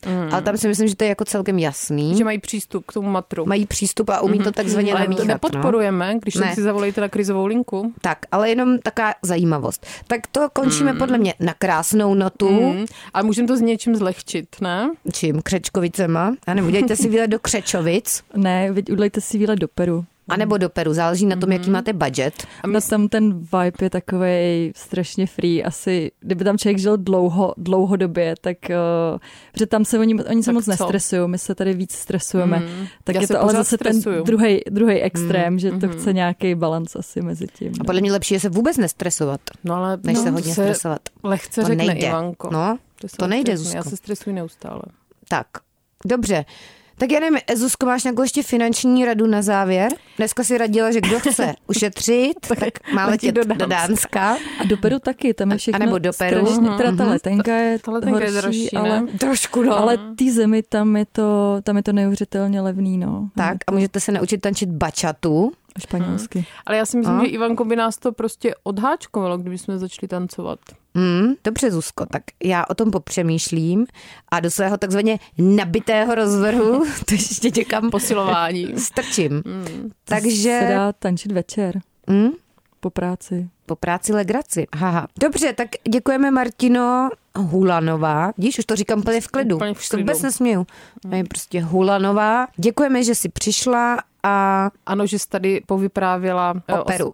S3: Mm. Ale tam si myslím, že to je jako celkem jasný.
S4: Hmm. Že mají přístup k tomu matru.
S3: mají přístup a umí to takzvaně
S4: Ale to
S3: namíchat. no.
S4: nepodporujeme, když
S3: Ne.
S4: ne. si zavolejte na krizovou linku.
S3: Tak, ale jenom taková zajímavost. Tak to
S4: Hmm.
S3: končíme podle mě na krásnou notu.
S4: Mm. A můžeme to s něčím zlehčit, ne?
S3: Čím? Křečkovicema? Já nevím, udělejte si výlet do Křečovic,
S5: Ne, veď udělejte si výlet do Peru.
S3: anebo do Peru, záleží na tom, jaký máte budget.
S5: No tam ten vibe je takový strašně free. Asi, kdyby tam člověk žil dlouho, dlouhodobě, tak uh, protože tam se oni, oni se
S4: Tak
S5: moc
S4: co? Hmm.
S5: nestresují, my se tady víc stresujeme. Mm, tak
S4: já
S5: je
S4: se
S5: to ale
S4: pořád
S5: zase
S4: stresuju.
S5: ten
S4: Hmm.
S5: druhý, druhý extrém, že to chce nějaký balans asi mezi tím.
S3: A
S5: No.
S3: podle mě lepší je se vůbec nestresovat,
S4: No ale
S3: než
S4: no,
S3: se hodně
S4: se
S3: stresovat.
S4: lehce
S3: To
S4: řekne
S3: nejde.
S4: Ivanko.
S3: No,
S4: se
S3: to nejde,
S4: lehce řekne. Já
S3: Zuzko.
S4: se stresuji neustále.
S3: tak. Dobře. Tak já nevím, Zuzko, máš nějakou ještě finanční radu na závěr? Dneska si radila, že kdo chce ušetřit, tak má
S4: letí
S3: letět
S4: do
S3: do Dánska. Do Dánska.
S5: A do Peru taky, tam je
S3: A-
S5: všechno
S3: anebo do Peru.
S5: strašně, teda ta letenka je
S4: Mhm. Ta letenka je
S5: horší,
S4: dražší, ne?
S5: ale,
S3: Trošku, no.
S5: ale ty zemi, tam je to, tam je to neuvěřitelně levný, no.
S3: Tak a můžete se naučit tančit bačatu.
S5: Španělsky.
S4: Ale já si myslím, že Ivanko by nás to prostě odháčkovalo, kdyby jsme začali tancovat.
S3: Hmm, dobře, Zuzko, tak já o tom popřemýšlím a do svého takzvaně nabitého rozvrhu to ještě čekám,
S4: Posilování.
S3: strčím.
S5: Se
S3: Takže
S5: dá tančit večer
S3: Mm?
S5: po práci.
S3: Po práci legraci. Haha. Dobře, tak děkujeme Martino Hulanová. Díš, už to říkám úplně v klidu.
S4: Úplně v
S3: už se
S4: klidu.
S3: vůbec nesměju. Mm. Je prostě Hulanová. Děkujeme, že jsi přišla a
S4: ano, že jsi tady povyprávěla eh, o
S3: operu.